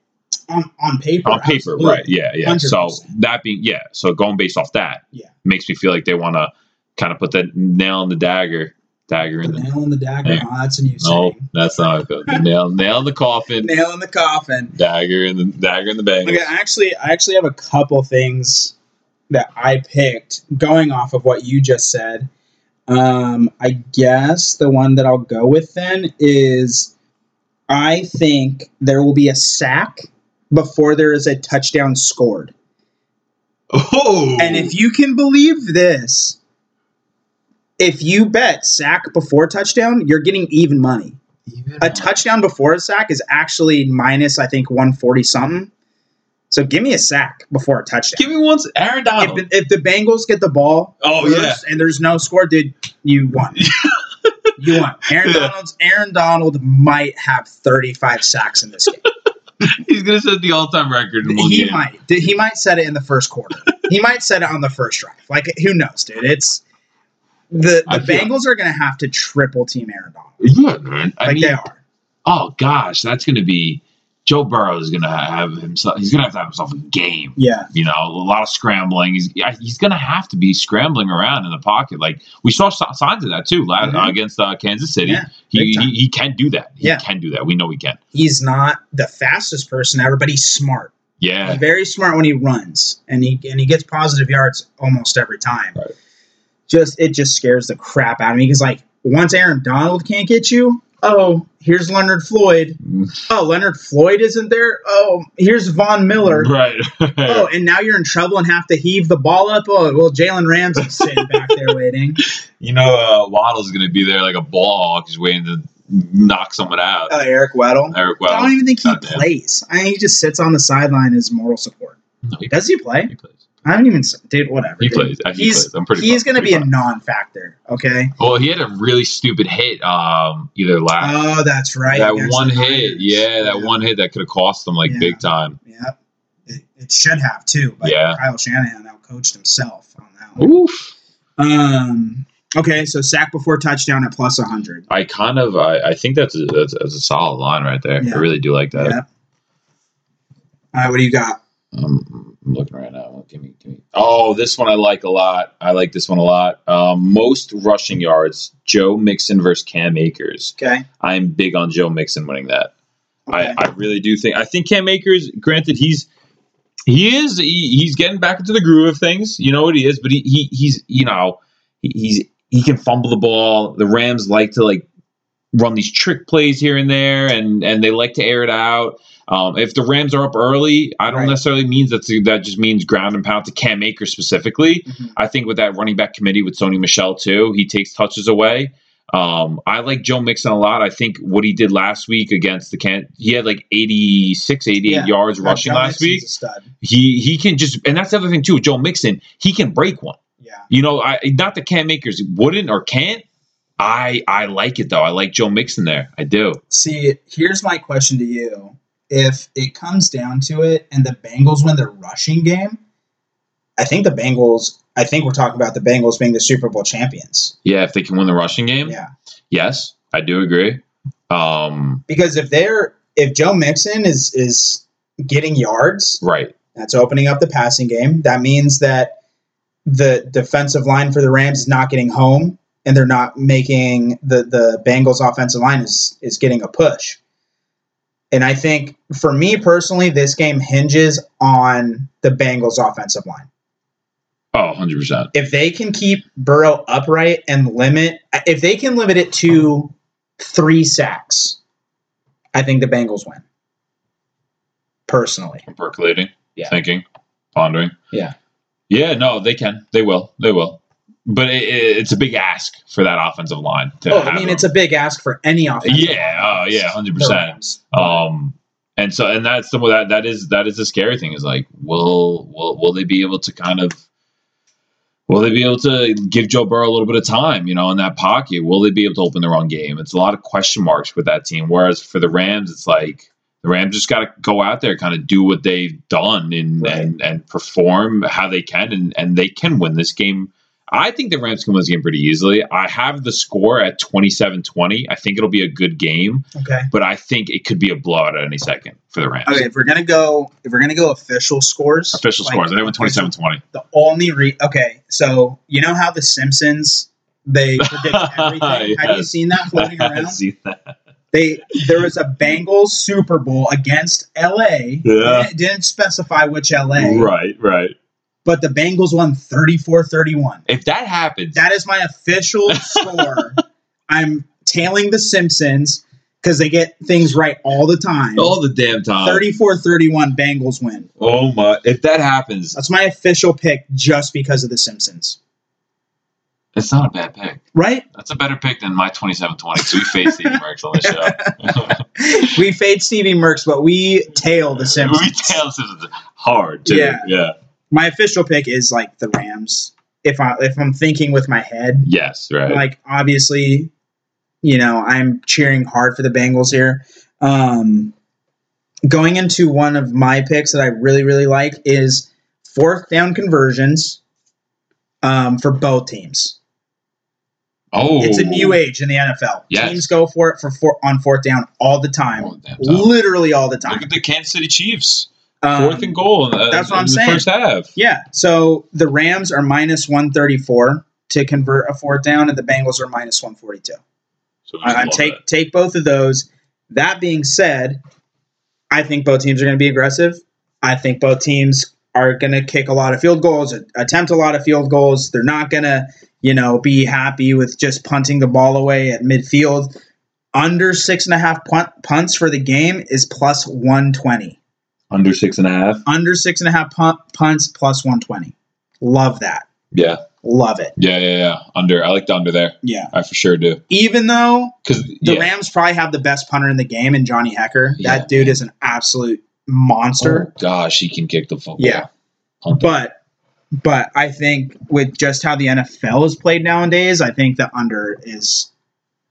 Speaker 1: On, on, paper.
Speaker 2: On paper, absolutely. right? Yeah, yeah. 100%. So that being yeah, so going based off that,
Speaker 1: yeah,
Speaker 2: makes me feel like they want to kind of put that nail in the dagger, dagger
Speaker 1: the
Speaker 2: in the
Speaker 1: nail in the dagger. Yeah. Oh, that's a new
Speaker 2: no, saying. that's not good. nail, nail in the coffin.
Speaker 1: Nail in the coffin.
Speaker 2: Dagger in the dagger in the bang.
Speaker 1: Okay, actually, I actually have a couple things that I picked going off of what you just said. Um, I guess the one that I'll go with then is. I think there will be a sack before there is a touchdown scored.
Speaker 2: Oh.
Speaker 1: And if you can believe this, if you bet sack before touchdown, you're getting even money. Even a money. touchdown before a sack is actually minus, I think, 140 something. So give me a sack before a touchdown.
Speaker 2: Give me one, Aaron Donald.
Speaker 1: If, if the Bengals get the ball,
Speaker 2: oh yeah,
Speaker 1: and there's no score, dude, you won. you won. Aaron Donald's Aaron Donald might have 35 sacks in this game.
Speaker 2: He's gonna set the all-time record.
Speaker 1: he game. might. He might set it in the first quarter. he might set it on the first drive. Like who knows, dude? It's the the I Bengals feel. are gonna have to triple team Aaron Donald.
Speaker 2: Yeah, man.
Speaker 1: I like mean, they are.
Speaker 2: Oh gosh, that's gonna be. Joe Burrow is gonna have himself. He's gonna have to have himself a game.
Speaker 1: Yeah,
Speaker 2: you know, a lot of scrambling. He's he's gonna have to be scrambling around in the pocket. Like we saw signs of that too mm-hmm. uh, against uh, Kansas City. Yeah, he, he, he can do that. He
Speaker 1: yeah.
Speaker 2: can do that. We know he can.
Speaker 1: He's not the fastest person ever, but he's smart.
Speaker 2: Yeah,
Speaker 1: he's very smart when he runs, and he and he gets positive yards almost every time. Right. Just it just scares the crap out of me because like once Aaron Donald can't get you, oh, here's Leonard Floyd. Oh, Leonard Floyd isn't there. Oh, here's Von Miller.
Speaker 2: Right.
Speaker 1: oh, and now you're in trouble and have to heave the ball up. Oh, well, Jalen Ramsey's sitting back there waiting.
Speaker 2: You know, uh, Waddle's going to be there like a ball hawk. He's waiting to knock someone out.
Speaker 1: Oh, Eric Weddle.
Speaker 2: Eric Weddle. I
Speaker 1: don't even think he God, plays. I mean, he just sits on the sideline as moral support. No, he Does he play?
Speaker 2: He plays.
Speaker 1: I haven't even dude. Whatever.
Speaker 2: He
Speaker 1: dude.
Speaker 2: plays. He
Speaker 1: he's,
Speaker 2: plays. I'm pretty.
Speaker 1: He's
Speaker 2: fun,
Speaker 1: gonna pretty be fun. a non-factor. Okay.
Speaker 2: Well, he had a really stupid hit. Um, either last.
Speaker 1: Oh, that's right.
Speaker 2: That one hit. Yeah, that yeah. one hit that could have cost them like yeah. big time.
Speaker 1: Yeah. It, it, should have too. But
Speaker 2: yeah.
Speaker 1: Kyle Shanahan outcoached himself on that
Speaker 2: one. Oof.
Speaker 1: Um. Okay, so sack before touchdown at plus 100.
Speaker 2: I kind of, I, I think that's a, that's, that's a solid line right there. Yeah. I really do like that.
Speaker 1: All right, what do you got?
Speaker 2: Um, I'm looking right now. Give me, give me. Oh, this one I like a lot. I like this one a lot. Um, most rushing yards: Joe Mixon versus Cam Akers.
Speaker 1: Okay.
Speaker 2: I'm big on Joe Mixon winning that.
Speaker 1: Okay.
Speaker 2: I, I really do think. I think Cam Akers. Granted, he's he is he, he's getting back into the groove of things. You know what he is, but he, he he's you know he, he's he can fumble the ball. The Rams like to like run these trick plays here and there, and and they like to air it out. Um, if the Rams are up early, I don't right. necessarily means that that just means ground and pound to Cam Akers specifically. Mm-hmm. I think with that running back committee with Sony Michelle too, he takes touches away. Um, I like Joe Mixon a lot. I think what he did last week against the Can he had like 86, 88 yeah. yards rushing last week. He he can just and that's the other thing too. Joe Mixon he can break one.
Speaker 1: Yeah,
Speaker 2: you know, I not that Cam Akers wouldn't or can't. I I like it though. I like Joe Mixon there. I do.
Speaker 1: See, here's my question to you. If it comes down to it and the Bengals win their rushing game, I think the Bengals I think we're talking about the Bengals being the Super Bowl champions.
Speaker 2: Yeah, if they can win the rushing game.
Speaker 1: Yeah.
Speaker 2: Yes, I do agree. Um
Speaker 1: because if they're if Joe Mixon is is getting yards,
Speaker 2: right.
Speaker 1: That's opening up the passing game. That means that the defensive line for the Rams is not getting home and they're not making the the Bengals offensive line is is getting a push. And I think for me personally, this game hinges on the Bengals offensive line.
Speaker 2: Oh, 100%.
Speaker 1: If they can keep Burrow upright and limit if they can limit it to 3 sacks, I think the Bengals win. Personally.
Speaker 2: I'm percolating, yeah. thinking, pondering.
Speaker 1: Yeah.
Speaker 2: Yeah, no, they can. They will. They will but it, it, it's a big ask for that offensive line.
Speaker 1: oh, I mean, them. it's a big ask for any offense.
Speaker 2: Yeah, oh uh, yeah, hundred percent. Um, and so and that's some of that that is that is the scary thing is like will will will they be able to kind of will they be able to give Joe Burrow a little bit of time you know in that pocket will they be able to open their own game it's a lot of question marks with that team whereas for the Rams it's like the Rams just got to go out there kind of do what they've done and
Speaker 1: Right.
Speaker 2: and and perform how they can and and they can win this game I think the Rams can win this game pretty easily. I have the score at 27-20. I think it'll be a good game,
Speaker 1: Okay.
Speaker 2: but I think it could be a blowout at any second for the Rams.
Speaker 1: Okay. If we're gonna go, if we're gonna go official scores,
Speaker 2: Official
Speaker 1: like,
Speaker 2: scores. I think it went 27 20.
Speaker 1: The only re okay, so you know how the Simpsons they predict everything. Have you
Speaker 2: Yes.
Speaker 1: seen that floating around?
Speaker 2: See that.
Speaker 1: They there was a Bengals Super Bowl against LA.
Speaker 2: Yeah.
Speaker 1: And It didn't specify which LA,
Speaker 2: Right, right.
Speaker 1: but the Bengals won 34-31.
Speaker 2: If that happens,
Speaker 1: That is my official score. I'm tailing the Simpsons because they get things right all the time.
Speaker 2: all the damn time.
Speaker 1: 34-31 Bengals win.
Speaker 2: Oh my! If that happens,
Speaker 1: That's my official pick just because of the Simpsons.
Speaker 2: it's not a bad pick.
Speaker 1: Right?
Speaker 2: That's a better pick than my 27 20 because we faced the Merckx on the show.
Speaker 1: we fade Stevie Merckx, but we tail the
Speaker 2: we
Speaker 1: Simpsons.
Speaker 2: tailed it hard, too.
Speaker 1: Yeah.
Speaker 2: Yeah. yeah.
Speaker 1: my official pick is like the Rams. If I if I'm thinking with my head,
Speaker 2: Yes, right.
Speaker 1: like obviously, you know, I'm cheering hard for the Bengals here. Um, going into one of my picks that I really really like is fourth down conversions um, for both teams.
Speaker 2: oh.
Speaker 1: It's a new age in the NFL.
Speaker 2: Yes.
Speaker 1: Teams go for it for four, on fourth down all the time,
Speaker 2: Oh, damn time. Look
Speaker 1: literally all the time.
Speaker 2: at the Kansas City Chiefs.
Speaker 1: Um,
Speaker 2: Fourth and goal. uh,
Speaker 1: that's what I'm
Speaker 2: in the
Speaker 1: saying.
Speaker 2: First half.
Speaker 1: Yeah. So the Rams are minus 134 to convert a fourth down, and the Bengals are minus 142.
Speaker 2: So we
Speaker 1: I, I'm
Speaker 2: love
Speaker 1: take
Speaker 2: that.
Speaker 1: take both of those. That being said, I think both teams are going to be aggressive. I think both teams are going to kick a lot of field goals, attempt a lot of field goals. They're not going to, you know, be happy with just punting the ball away at midfield. Under six and a half punt, punts for the game is plus 120
Speaker 2: under six and a half.
Speaker 1: under six and a half punt, punts plus 120. Love that.
Speaker 2: Yeah.
Speaker 1: Love it.
Speaker 2: Yeah, yeah, yeah. Under. I like the under there.
Speaker 1: Yeah.
Speaker 2: I for sure do.
Speaker 1: Even though
Speaker 2: Because
Speaker 1: the
Speaker 2: yeah.
Speaker 1: Rams probably have the best punter in the game and Johnny Hecker,
Speaker 2: Yeah,
Speaker 1: that dude
Speaker 2: man.
Speaker 1: is an absolute
Speaker 2: Oh,
Speaker 1: monster.
Speaker 2: gosh, he can kick the football.
Speaker 1: Yeah.
Speaker 2: Punt it.
Speaker 1: But but I think with just how the NFL is played nowadays, I think the under is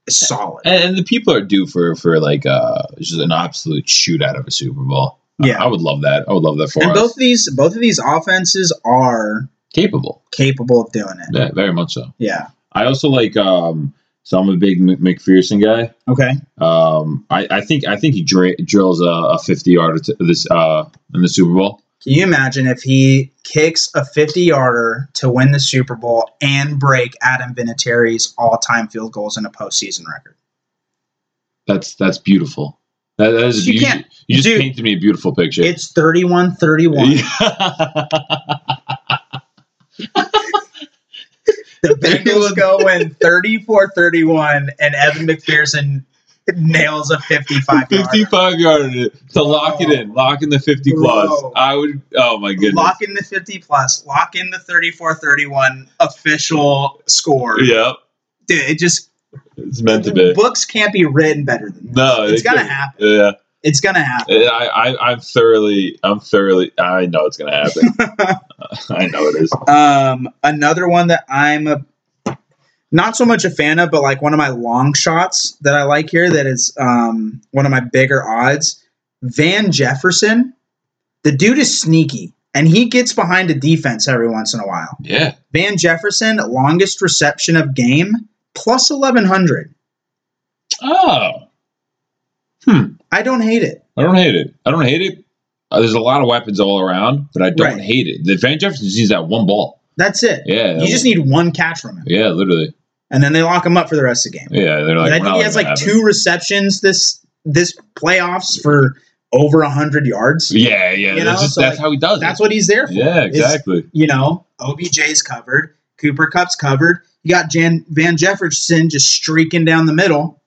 Speaker 1: solid.
Speaker 2: and, and the people are due for for like uh just an absolute shootout of a Super Bowl. I-
Speaker 1: Yeah.
Speaker 2: I, would love that. I would love that for
Speaker 1: And
Speaker 2: us.
Speaker 1: both of these both of these offenses are
Speaker 2: Capable,
Speaker 1: capable of doing it.
Speaker 2: yeah, very much so.
Speaker 1: Yeah.
Speaker 2: I also like um. So I'm a big Mc- McPherson guy.
Speaker 1: Okay.
Speaker 2: Um, I, I think I think he dri- drills a, a 50 yarder to this uh in the Super Bowl.
Speaker 1: Can you imagine if he kicks a 50 yarder to win the Super Bowl and break Adam Vinatieri's all time field goals in a postseason record?
Speaker 2: That's that's beautiful. That, that is
Speaker 1: You
Speaker 2: you, you,
Speaker 1: can't-
Speaker 2: just
Speaker 1: dude,
Speaker 2: painted me a beautiful picture.
Speaker 1: It's 31 31. The Bengals
Speaker 2: 31.
Speaker 1: go win 34 31, and Evan McPherson nails a 55 yarder.
Speaker 2: 55 yarder to lock it in, lock in the 50 plus.
Speaker 1: Bro.
Speaker 2: I would. Oh my goodness.
Speaker 1: Lock in the 50 plus, lock in the 34 31 official score.
Speaker 2: Yep,
Speaker 1: Dude, it just,
Speaker 2: it's meant to be.
Speaker 1: books can't be written better than this.
Speaker 2: No,
Speaker 1: it's
Speaker 2: it
Speaker 1: going to
Speaker 2: couldn't.
Speaker 1: happen.
Speaker 2: Yeah,
Speaker 1: It's going to happen.
Speaker 2: I, I, I'm thoroughly, I'm thoroughly. I know it's gonna happen. I know it is.
Speaker 1: Um, another one that I'm a, not so much a fan of, but like one of my long shots that I like here that is um, one of my bigger odds. Van Jefferson, the dude is sneaky and he gets behind a defense every once in a while.
Speaker 2: Yeah,
Speaker 1: Van Jefferson, longest reception of game, plus 1100.
Speaker 2: Oh,
Speaker 1: I don't hate it.
Speaker 2: I don't hate it. I don't hate it. Uh, there's a lot of weapons all around, but I don't
Speaker 1: Right.
Speaker 2: hate it. The Van Jefferson just needs that one ball.
Speaker 1: That's it.
Speaker 2: Yeah, that
Speaker 1: You just
Speaker 2: one-
Speaker 1: need one catch from him,
Speaker 2: Yeah, literally.
Speaker 1: and then they lock him up for the rest of the game.
Speaker 2: Yeah, they're like.
Speaker 1: I
Speaker 2: we're
Speaker 1: think
Speaker 2: not
Speaker 1: he has like
Speaker 2: letting that happen.
Speaker 1: two receptions this this playoffs for over hundred yards.
Speaker 2: Yeah, yeah.
Speaker 1: you
Speaker 2: that's
Speaker 1: know,
Speaker 2: just,
Speaker 1: so,
Speaker 2: that's
Speaker 1: like,
Speaker 2: how he does it.
Speaker 1: That's what he's there for.
Speaker 2: Yeah,
Speaker 1: is-
Speaker 2: exactly.
Speaker 1: You know, OBJ's covered, Cooper Cup's covered. You got Jan Van Jefferson just streaking down the middle.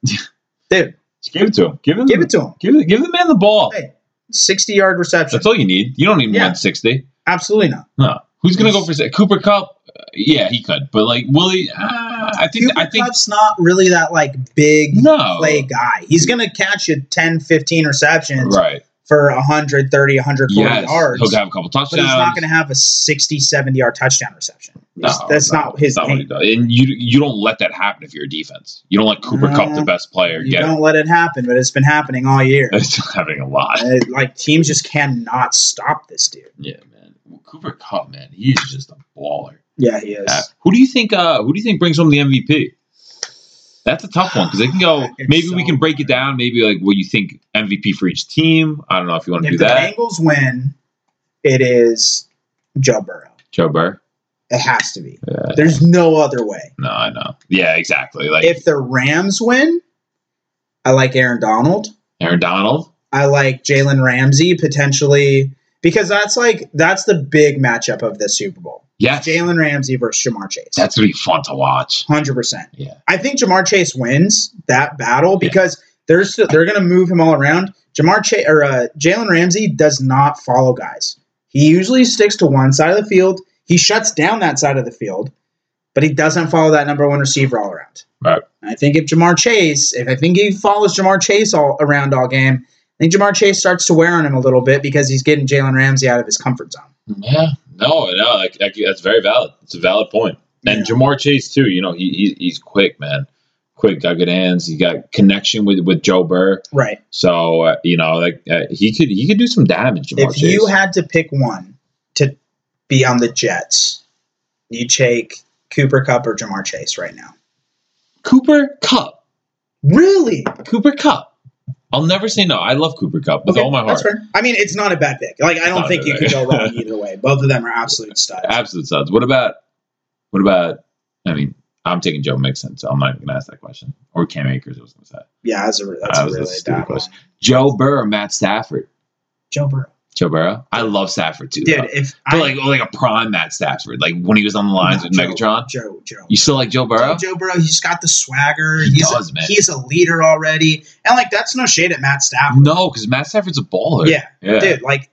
Speaker 1: Dude,
Speaker 2: Just give it to him. Give him.
Speaker 1: give it to him.
Speaker 2: Give the, give the man the ball.
Speaker 1: Hey. Sixty yard reception.
Speaker 2: That's all you need. You don't need
Speaker 1: Yeah.
Speaker 2: 160.
Speaker 1: Absolutely not.
Speaker 2: No. Who's gonna go
Speaker 1: Yes.
Speaker 2: for se- Cooper Cup? Uh, yeah, he could, but like will he? Uh, I think.
Speaker 1: Cooper
Speaker 2: I think
Speaker 1: Cup's not really that like big
Speaker 2: no.
Speaker 1: play guy. He's gonna catch you 10, 15 receptions.
Speaker 2: Right.
Speaker 1: for 130, 140
Speaker 2: Yes,
Speaker 1: yards.
Speaker 2: he'll have a couple touchdowns.
Speaker 1: but he's not going to have a 60, 70 yard touchdown reception. It's- that's not his
Speaker 2: that's what he
Speaker 1: thing.
Speaker 2: does. And you you don't let that happen if you're a defense. You don't let Cooper Cup,
Speaker 1: No,
Speaker 2: the best player,
Speaker 1: You
Speaker 2: get it.
Speaker 1: don't let it happen, but it's been happening all year.
Speaker 2: It's happening a lot.
Speaker 1: Uh, like teams just cannot stop this dude.
Speaker 2: Yeah, man. Cooper Cup, man, he's just a baller.
Speaker 1: Yeah, he is.
Speaker 2: Yeah. Who do you think? Uh, who do you think brings home the MVP? That's a tough one because they can go.
Speaker 1: It's
Speaker 2: Maybe we
Speaker 1: so
Speaker 2: can break it
Speaker 1: hard.
Speaker 2: down. Maybe like what you think MVP for each team. I don't know if you want to do
Speaker 1: If the
Speaker 2: that.
Speaker 1: Bengals win, it is Joe Burrow.
Speaker 2: Joe Burr.
Speaker 1: It has to be.
Speaker 2: Yeah.
Speaker 1: There's no other way.
Speaker 2: No, I know. Yeah, exactly. Like
Speaker 1: If the Rams win, I like Aaron Donald.
Speaker 2: Aaron Donald.
Speaker 1: I like Jalen Ramsey potentially because that's like that's the big matchup of the Super Bowl.
Speaker 2: Yes,
Speaker 1: Jalen Ramsey versus Jamar Chase.
Speaker 2: that's gonna be fun to watch.
Speaker 1: Hundred percent.
Speaker 2: Yeah.
Speaker 1: I think Jamar Chase wins that battle
Speaker 2: Yeah.
Speaker 1: because they're still, they're going to move him all around. Jamar Chase or uh, Jalen Ramsey does not follow guys. He usually sticks to one side of the field. He shuts down that side of the field, but he doesn't follow that number one receiver all around.
Speaker 2: Right.
Speaker 1: And I think if Jamar Chase, if I think he follows Jamar Chase all around all game, I think Jamar Chase starts to wear on him a little bit because he's getting Jalen Ramsey out of his comfort zone.
Speaker 2: Yeah. No, no, like, like, that's very valid. It's a valid point. And
Speaker 1: Yeah.
Speaker 2: Jamar Chase too. You know, he, he he's quick, man. Quick, got good hands. He got connection with with Joe Burr.
Speaker 1: Right.
Speaker 2: So uh, you know, like uh, he could he could do some damage. Jamar
Speaker 1: if
Speaker 2: Chase.
Speaker 1: you had to pick one to be on the Jets, you take Cooper Cup or Jamar Chase right now.
Speaker 2: Cooper Cup,
Speaker 1: Really?
Speaker 2: Cooper Cup. I'll never say no. I love Cooper Cup with all my heart.
Speaker 1: That's fair. I mean, it's not a bad pick. Like, I don't
Speaker 2: Not a
Speaker 1: think
Speaker 2: bad
Speaker 1: you
Speaker 2: pick.
Speaker 1: could go wrong either way. Both of them are absolute studs.
Speaker 2: Absolute suds. What about what about? I mean, I'm taking Joe Mixon, so I'm not even gonna ask that question. Or Cam Akers, I was gonna say.
Speaker 1: yeah, that's a, that's
Speaker 2: That
Speaker 1: a
Speaker 2: was a
Speaker 1: really
Speaker 2: stupid
Speaker 1: bad one.
Speaker 2: question. Joe Burr, or Matt Stafford,
Speaker 1: Joe Burrow.
Speaker 2: Joe Burrow. I love Stafford too.
Speaker 1: Dude,
Speaker 2: though.
Speaker 1: if
Speaker 2: but
Speaker 1: I
Speaker 2: like like a prime Matt Stafford, like when he was on the lines
Speaker 1: No,
Speaker 2: with Megatron.
Speaker 1: Joe, Joe.
Speaker 2: You still like Joe Burrow?
Speaker 1: Joe Burrow, he's got the swagger.
Speaker 2: He
Speaker 1: he's
Speaker 2: does,
Speaker 1: a,
Speaker 2: man.
Speaker 1: He's a leader already. And, like, that's no shade at Matt Stafford.
Speaker 2: No, because Matt Stafford's a baller.
Speaker 1: Yeah.
Speaker 2: yeah.
Speaker 1: dude like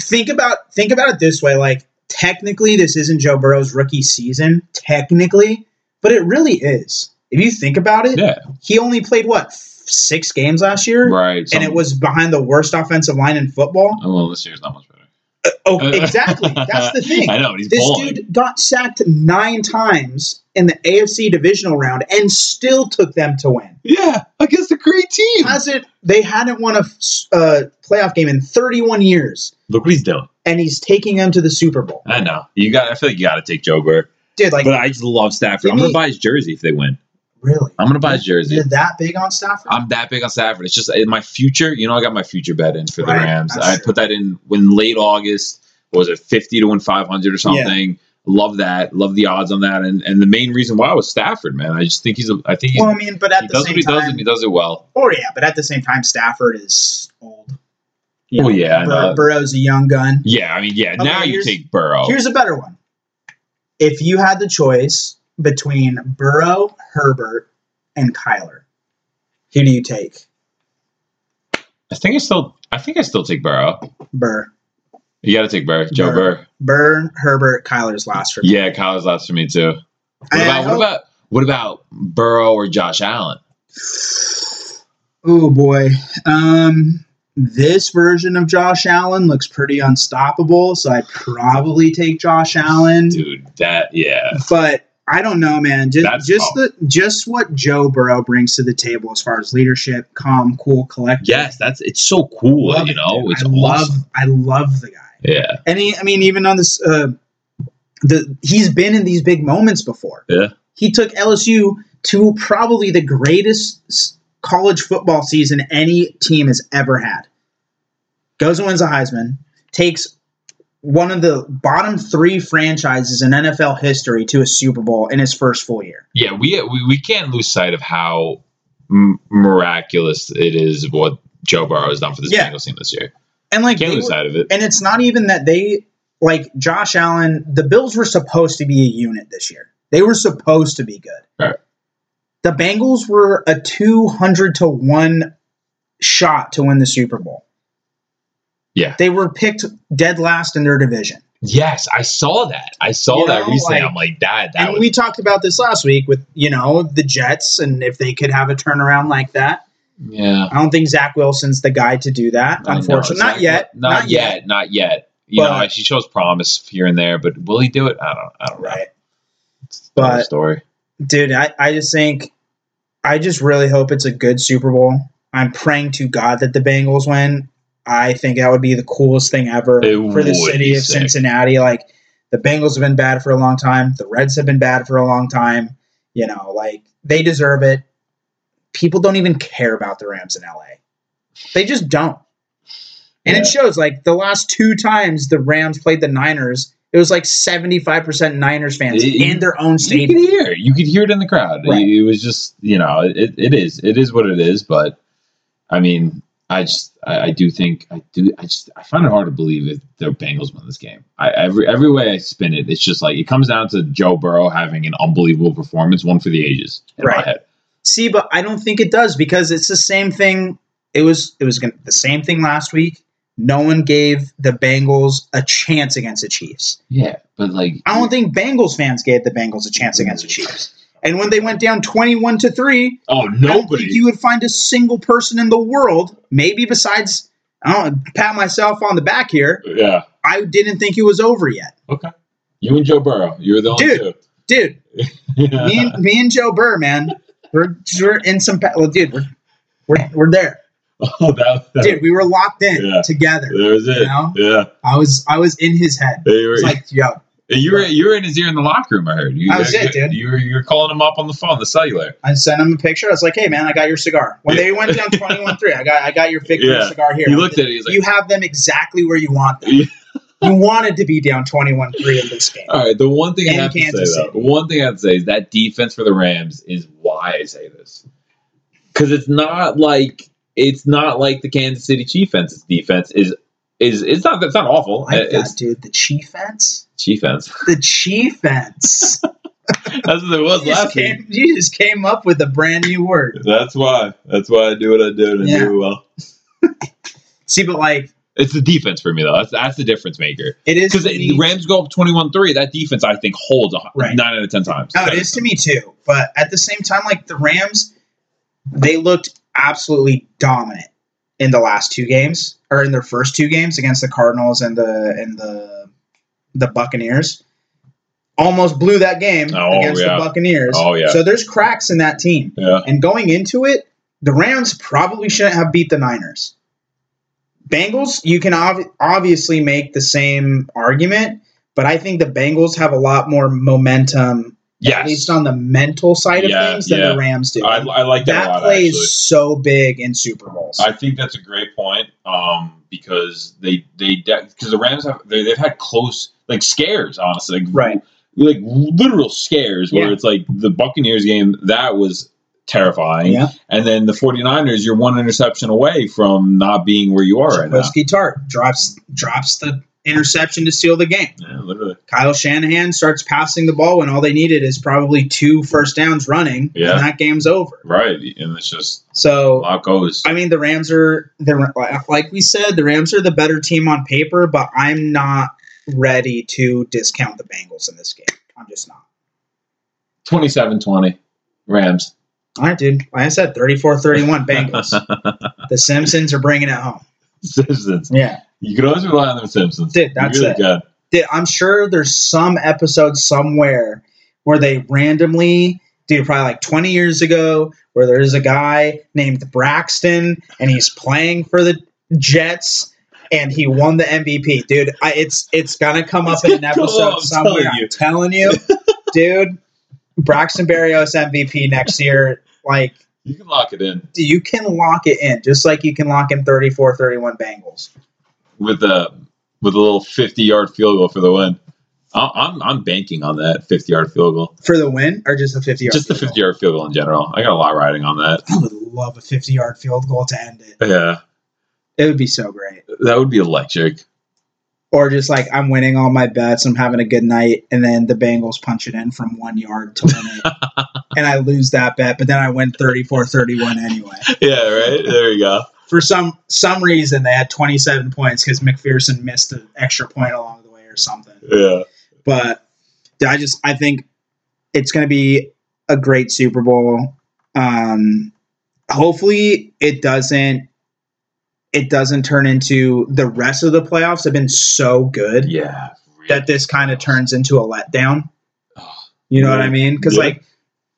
Speaker 1: think about think about it this way like technically this isn't joe burrow's rookie season technically but it really is if you think about it
Speaker 2: Yeah.
Speaker 1: he only played what f- six games last year
Speaker 2: Right.
Speaker 1: and
Speaker 2: some-
Speaker 1: it was behind the worst offensive line in football
Speaker 2: Oh, well, this year's not much better.
Speaker 1: oh
Speaker 2: Uh,
Speaker 1: exactly that's the thing
Speaker 2: I know but he's
Speaker 1: this
Speaker 2: balling.
Speaker 1: dude got sacked nine times in the afc divisional round and still took them to win
Speaker 2: Yeah, against a great team.
Speaker 1: hasn't they hadn't won a f- s- uh, playoff game in 31 years
Speaker 2: Look what he's doing.
Speaker 1: and he's taking them to the super bowl
Speaker 2: I know. You got. I feel like you got to take Joe Burr.
Speaker 1: dude like
Speaker 2: But I just love Stafford.
Speaker 1: Give
Speaker 2: I'm gonna
Speaker 1: me-
Speaker 2: buy his jersey if they win.
Speaker 1: Really?
Speaker 2: I'm gonna buy his jersey.
Speaker 1: You're that big on Stafford?
Speaker 2: I'm that big on Stafford. It's just in my future. You know, I got my future bet in for the
Speaker 1: Right,
Speaker 2: Rams.
Speaker 1: that's
Speaker 2: I
Speaker 1: true.
Speaker 2: put that in when late August. What was it 50 to win 500 or something? Love that. Love the odds on that. And and the main reason why was Stafford, man. I just think he's a. I think he's,
Speaker 1: well, I mean, but at
Speaker 2: he
Speaker 1: the
Speaker 2: does
Speaker 1: same
Speaker 2: what he
Speaker 1: time,
Speaker 2: does and he does it well.
Speaker 1: or yeah, but at the same time, Stafford is old. You
Speaker 2: Oh
Speaker 1: know,
Speaker 2: yeah, I know. Oh.
Speaker 1: Bur- Burrow's a young gun.
Speaker 2: yeah. I mean, yeah.
Speaker 1: Okay,
Speaker 2: now you
Speaker 1: here's-
Speaker 2: take Burrow.
Speaker 1: Here's a better one. If you had the choice between Burrow, Herbert, and Kyler, who do you take?
Speaker 2: I think I still. I think I still take Burrow.
Speaker 1: Burr,
Speaker 2: You got to take Burr. Joe
Speaker 1: Burr.
Speaker 2: Burr.
Speaker 1: Burr, Herbert, Kyler's last for me.
Speaker 2: Yeah, Kyle's last for me too. What
Speaker 1: And oh, I
Speaker 2: about what
Speaker 1: hope-
Speaker 2: about what about Burrow or Josh Allen?
Speaker 1: Oh boy. Um this version of Josh Allen looks pretty unstoppable, so I probably take Josh Allen.
Speaker 2: Dude, that yeah.
Speaker 1: But I don't know, man. Just
Speaker 2: That's
Speaker 1: just the just what Joe Burrow brings to the table as far as leadership, calm, cool, collected.
Speaker 2: Yes, that's it's so cool.
Speaker 1: Love
Speaker 2: you
Speaker 1: it,
Speaker 2: know,
Speaker 1: dude.
Speaker 2: it's
Speaker 1: I
Speaker 2: awesome.
Speaker 1: love I love the guy.
Speaker 2: yeah,
Speaker 1: And he, I mean, even on this, uh, the he's been in these big moments before.
Speaker 2: Yeah.
Speaker 1: he took LSU to probably the greatest s- college football season any team has ever had. Goes and wins a Heisman, takes one of the bottom three franchises in NFL history to a Super Bowl in his first full year.
Speaker 2: yeah. We we, we can't lose sight of how m- miraculous it is what Joe Burrow has done for this
Speaker 1: Yeah.
Speaker 2: Bengals team this year.
Speaker 1: And like,
Speaker 2: Can't
Speaker 1: they
Speaker 2: lose
Speaker 1: were-
Speaker 2: sight of it.
Speaker 1: and it's not even that they like Josh Allen. The Bills were supposed to be a unit this year. They were supposed to be good.
Speaker 2: Right.
Speaker 1: The Bengals were a two hundred to one shot to win the Super Bowl.
Speaker 2: Yeah.
Speaker 1: they were picked dead last in their division.
Speaker 2: Yes, I saw that. I saw
Speaker 1: You
Speaker 2: that
Speaker 1: know,
Speaker 2: recently.
Speaker 1: like-
Speaker 2: I'm like, that that
Speaker 1: and
Speaker 2: was
Speaker 1: we talked about this last week with you know the Jets and if they could have a turnaround like that.
Speaker 2: Yeah.
Speaker 1: I don't think Zach Wilson's the guy to do that.
Speaker 2: I know,
Speaker 1: unfortunately, not
Speaker 2: exactly.
Speaker 1: yet.
Speaker 2: Not, yet. Not yet. You
Speaker 1: But-
Speaker 2: know, she shows promise here and there, but will he do it? I don't. I don't know.
Speaker 1: Right.
Speaker 2: It's another
Speaker 1: But
Speaker 2: story.
Speaker 1: dude, I, I just think I just really hope it's a good Super Bowl. I'm praying to God that the Bengals win. I think that would be the coolest thing ever
Speaker 2: It
Speaker 1: for the
Speaker 2: would
Speaker 1: city
Speaker 2: be
Speaker 1: of
Speaker 2: sick.
Speaker 1: Cincinnati. Like the Bengals have been bad for a long time. The Reds have been bad for a long time. You know, like they deserve it. People don't even care about the Rams in LA. They just don't. And it shows like the last two times the Rams played the Niners, it was like 75% Niners fans
Speaker 2: It-
Speaker 1: in their own
Speaker 2: You
Speaker 1: stadium.
Speaker 2: could hear. it. You could hear it in the crowd. It-
Speaker 1: Right.
Speaker 2: It, was just, you know, it, it is. It is what it is. But I mean, I just, I, I do think, I do, I just, I find it hard to believe if the Bengals win this game. I every every way I spin it, it's just like it comes down to Joe Burrow having an unbelievable performance, one for the ages. In
Speaker 1: Right.
Speaker 2: my head.
Speaker 1: See, but I don't think it does because it's the same thing. It was it was gonna, the same thing last week. No one gave the Bengals a chance against the Chiefs.
Speaker 2: Yeah, but like,
Speaker 1: I don't think Bengals fans gave the Bengals a chance against the Chiefs. And when they went down twenty-one to three,
Speaker 2: oh
Speaker 1: I don't think
Speaker 2: nobody.
Speaker 1: you would find a single person in the world, maybe besides I don't know, pat myself on the back here.
Speaker 2: yeah,
Speaker 1: I didn't think it was over yet,
Speaker 2: you and Joe Burrow, you're the only
Speaker 1: Dude. dude. Me
Speaker 2: two.
Speaker 1: and me and Joe Burr, man, we're we're in some pa- well, dude. We're we're, we're there.
Speaker 2: oh, that, that,
Speaker 1: dude, we were locked in
Speaker 2: Yeah.
Speaker 1: together.
Speaker 2: that was it.
Speaker 1: You know?
Speaker 2: Yeah,
Speaker 1: I was I was in his head.
Speaker 2: they were.
Speaker 1: It's like, yo,
Speaker 2: You were you were in his ear in the locker room. I heard. You,
Speaker 1: That was it, dude.
Speaker 2: You were you were calling him up on the phone, the cellular.
Speaker 1: I sent him a picture. I was like, hey man, I got your cigar. When they went down twenty one three, I got I got your victory
Speaker 2: Yeah.
Speaker 1: cigar here.
Speaker 2: He looked at it. He's like,
Speaker 1: you have them exactly where you want them.
Speaker 2: Yeah.
Speaker 1: you wanted to be down twenty one three in this game.
Speaker 2: "All right." The one thing I
Speaker 1: And
Speaker 2: have to
Speaker 1: Kansas
Speaker 2: say, though, one thing I have to say is that defense for the Rams is why I say this, because it's not like it's not like the Kansas City Chiefs defense. defense is is it's not it's not awful.
Speaker 1: Like that,
Speaker 2: it's
Speaker 1: dude. The chief fence.
Speaker 2: Chief fence.
Speaker 1: The chief fence.
Speaker 2: That's what it was
Speaker 1: you, just
Speaker 2: last week.
Speaker 1: came, you just came up with a brand new word.
Speaker 2: That's why. That's why I do what I do and I
Speaker 1: Yeah.
Speaker 2: do it well.
Speaker 1: See, but like
Speaker 2: It's the defense for me though. That's that's the difference maker.
Speaker 1: it is
Speaker 2: because
Speaker 1: to me-
Speaker 2: the Rams go up 21-3. That defense, I think, holds a,
Speaker 1: Right.
Speaker 2: nine out of ten times.
Speaker 1: No, it is to me too. But at the same time, like the Rams, they looked absolutely dominant in the last two games, or in their first two games against the Cardinals and the and the the Buccaneers. Almost blew that game
Speaker 2: Oh,
Speaker 1: against
Speaker 2: yeah.
Speaker 1: the Buccaneers.
Speaker 2: Oh, yeah.
Speaker 1: So there's cracks in that team.
Speaker 2: Yeah,
Speaker 1: And going into it, the Rams probably shouldn't have beat the Niners. Bengals, you can ob- obviously make the same argument, but I think the Bengals have a lot more momentum at
Speaker 2: yes,
Speaker 1: least on the mental side of
Speaker 2: Yeah,
Speaker 1: things than
Speaker 2: yeah.
Speaker 1: the Rams do.
Speaker 2: I, I like that,
Speaker 1: that
Speaker 2: a lot.
Speaker 1: plays
Speaker 2: actually.
Speaker 1: so big in Super Bowls.
Speaker 2: I think that's a great point um, because they they because the Rams have they, they've had close like scares honestly like,
Speaker 1: Right.
Speaker 2: like literal scares where
Speaker 1: Yeah.
Speaker 2: it's like the Buccaneers game that was terrifying
Speaker 1: yeah,
Speaker 2: and then the 49ers you're one interception away from not being where you are right now
Speaker 1: Trubisky Tart drops drops the interception to seal the game.
Speaker 2: yeah, literally
Speaker 1: Kyle Shanahan starts passing the ball when all they needed is probably two first downs running,
Speaker 2: Yeah.
Speaker 1: and that game's over.
Speaker 2: right and it's just a
Speaker 1: So
Speaker 2: lot goes
Speaker 1: I mean, the Rams are the like we said, the Rams are the better team on paper, but I'm not ready to discount the Bengals in this game. I'm just not.
Speaker 2: 27-20 Rams
Speaker 1: All right, dude. Like I said, 34-31 Bengals. the Simpsons are bringing it home.
Speaker 2: Simpsons.
Speaker 1: Yeah.
Speaker 2: You can always rely on the Simpsons.
Speaker 1: Dude, that's
Speaker 2: you really
Speaker 1: it.
Speaker 2: can.
Speaker 1: Dude, I'm sure there's some episode somewhere where they randomly, dude, probably like 20 years ago, where there's a guy named Braxton and he's playing for the Jets and he won the MVP. Dude, I, it's it's going to come up in an
Speaker 2: Come on,
Speaker 1: episode
Speaker 2: I'm
Speaker 1: somewhere.
Speaker 2: telling you.
Speaker 1: I'm telling you. dude, Braxton Berrios MVP next year. Like,
Speaker 2: You can lock it in
Speaker 1: you can lock it in, just like you can lock in 34 31 Bengals.
Speaker 2: with a with a little fifty yard field goal for the win. I- I'm I'm banking on that fifty yard field goal.
Speaker 1: For the win or just the 50 yard
Speaker 2: Just the
Speaker 1: field
Speaker 2: fifty yard field goal in general. I got a lot riding on that.
Speaker 1: goal? I would love a 50 yard field goal to end it.
Speaker 2: Yeah,
Speaker 1: It would be so great.
Speaker 2: that would be electric.
Speaker 1: Or just like I'm winning all my bets, I'm having a good night, and then the Bengals punch it in from one yard to win it. and I lose that bet, but then I win 34 31 anyway.
Speaker 2: Yeah, right. There you go.
Speaker 1: For some some reason, they had 27 points because McPherson missed an extra point along the way or something.
Speaker 2: Yeah,
Speaker 1: but dude, I just I think it's going to be a great Super Bowl. Um, hopefully it doesn't it doesn't turn into the rest of the playoffs have been so good
Speaker 2: Yeah.
Speaker 1: that this kind of turns into a letdown. You know what I mean? Because
Speaker 2: Yeah.
Speaker 1: like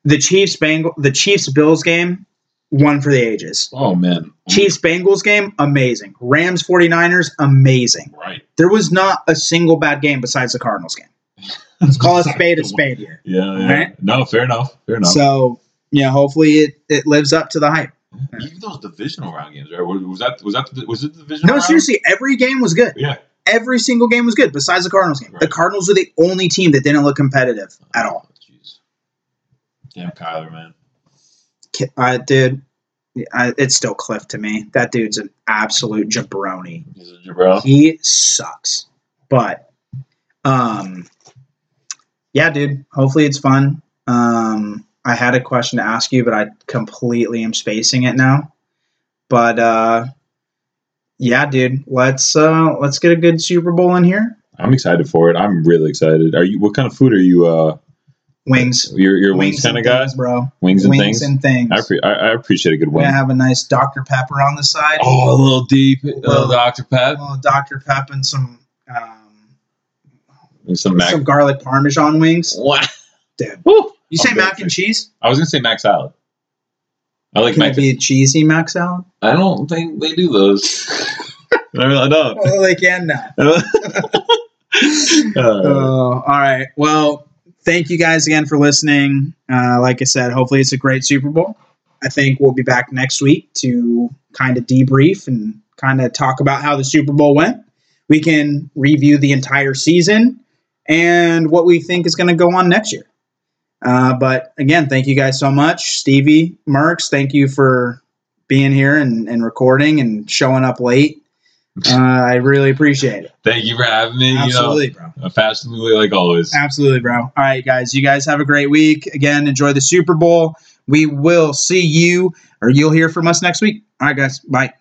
Speaker 1: the Chiefs Bengals, the Chiefs Bills game, one for the ages.
Speaker 2: Oh man.
Speaker 1: Chiefs Bengals game, amazing. Rams 49ers, amazing.
Speaker 2: Right.
Speaker 1: There was not a single bad game besides the Cardinals game. Let's call a spade a spade here.
Speaker 2: Yeah. yeah.
Speaker 1: Right?
Speaker 2: No. Fair enough. Fair enough.
Speaker 1: So yeah, hopefully it, it lives up to the hype.
Speaker 2: Even those divisional round games, right? Was was that was that the, was it the divisional?
Speaker 1: No,
Speaker 2: round?
Speaker 1: seriously, every game was good.
Speaker 2: Yeah.
Speaker 1: Every single game was good besides the Cardinals game. The
Speaker 2: Right.
Speaker 1: Cardinals were the only team that didn't look competitive at all.
Speaker 2: Oh, Jeez. Damn, Kyler, man.
Speaker 1: Ki- I did. I, it's still Cliff to me. That dude's an absolute jabroni.
Speaker 2: He's a jabril.
Speaker 1: He sucks. But, um, yeah, dude. Hopefully it's fun. Um, I had a question to ask you, but I completely am spacing it now. But uh, yeah, dude. Let's uh, let's get a good Super Bowl in here.
Speaker 2: I'm excited for it. I'm really excited. Are you? What kind of food are you? Uh,
Speaker 1: Wings,
Speaker 2: you're you're wings, kind of
Speaker 1: and
Speaker 2: guy.
Speaker 1: things, bro.
Speaker 2: Wings and things.
Speaker 1: and things.
Speaker 2: I, appre- I, I appreciate a good
Speaker 1: We're
Speaker 2: wing.
Speaker 1: gonna have a nice Dr Pepper on the side.
Speaker 2: Oh, a little deep, a little
Speaker 1: Well-
Speaker 2: Dr. Pep,
Speaker 1: Well, Dr. Pep and some um,
Speaker 2: and some mac.
Speaker 1: some garlic parmesan wings.
Speaker 2: Wow.
Speaker 1: Dude,
Speaker 2: Woo.
Speaker 1: you say
Speaker 2: I'm
Speaker 1: mac
Speaker 2: good.
Speaker 1: and cheese?
Speaker 2: I was gonna say mac salad. I like
Speaker 1: Can
Speaker 2: mac.
Speaker 1: it be a cheesy mac salad?
Speaker 2: I don't think they do those. I really- I don't.
Speaker 1: Oh, they can now.
Speaker 2: Uh,
Speaker 1: Oh, all right. Well, thank you guys again for listening. Uh, like I said, hopefully it's a great Super Bowl. I think we'll be back next week to kind of debrief and kind of talk about how the Super Bowl went. We can review the entire season and what we think is going to go on next year. Uh, but again, thank you guys so much. Stevie, Merks, thank you for being here and, and recording and showing up late. Uh, I really appreciate it.
Speaker 2: thank you for having me.
Speaker 1: Absolutely, bro.
Speaker 2: You know, Uh, fashionably like always.
Speaker 1: Absolutely, bro. All right, guys. You guys have a great week. Again, enjoy the Super Bowl. We will see you, or you'll hear from us next week. All right, guys. Bye.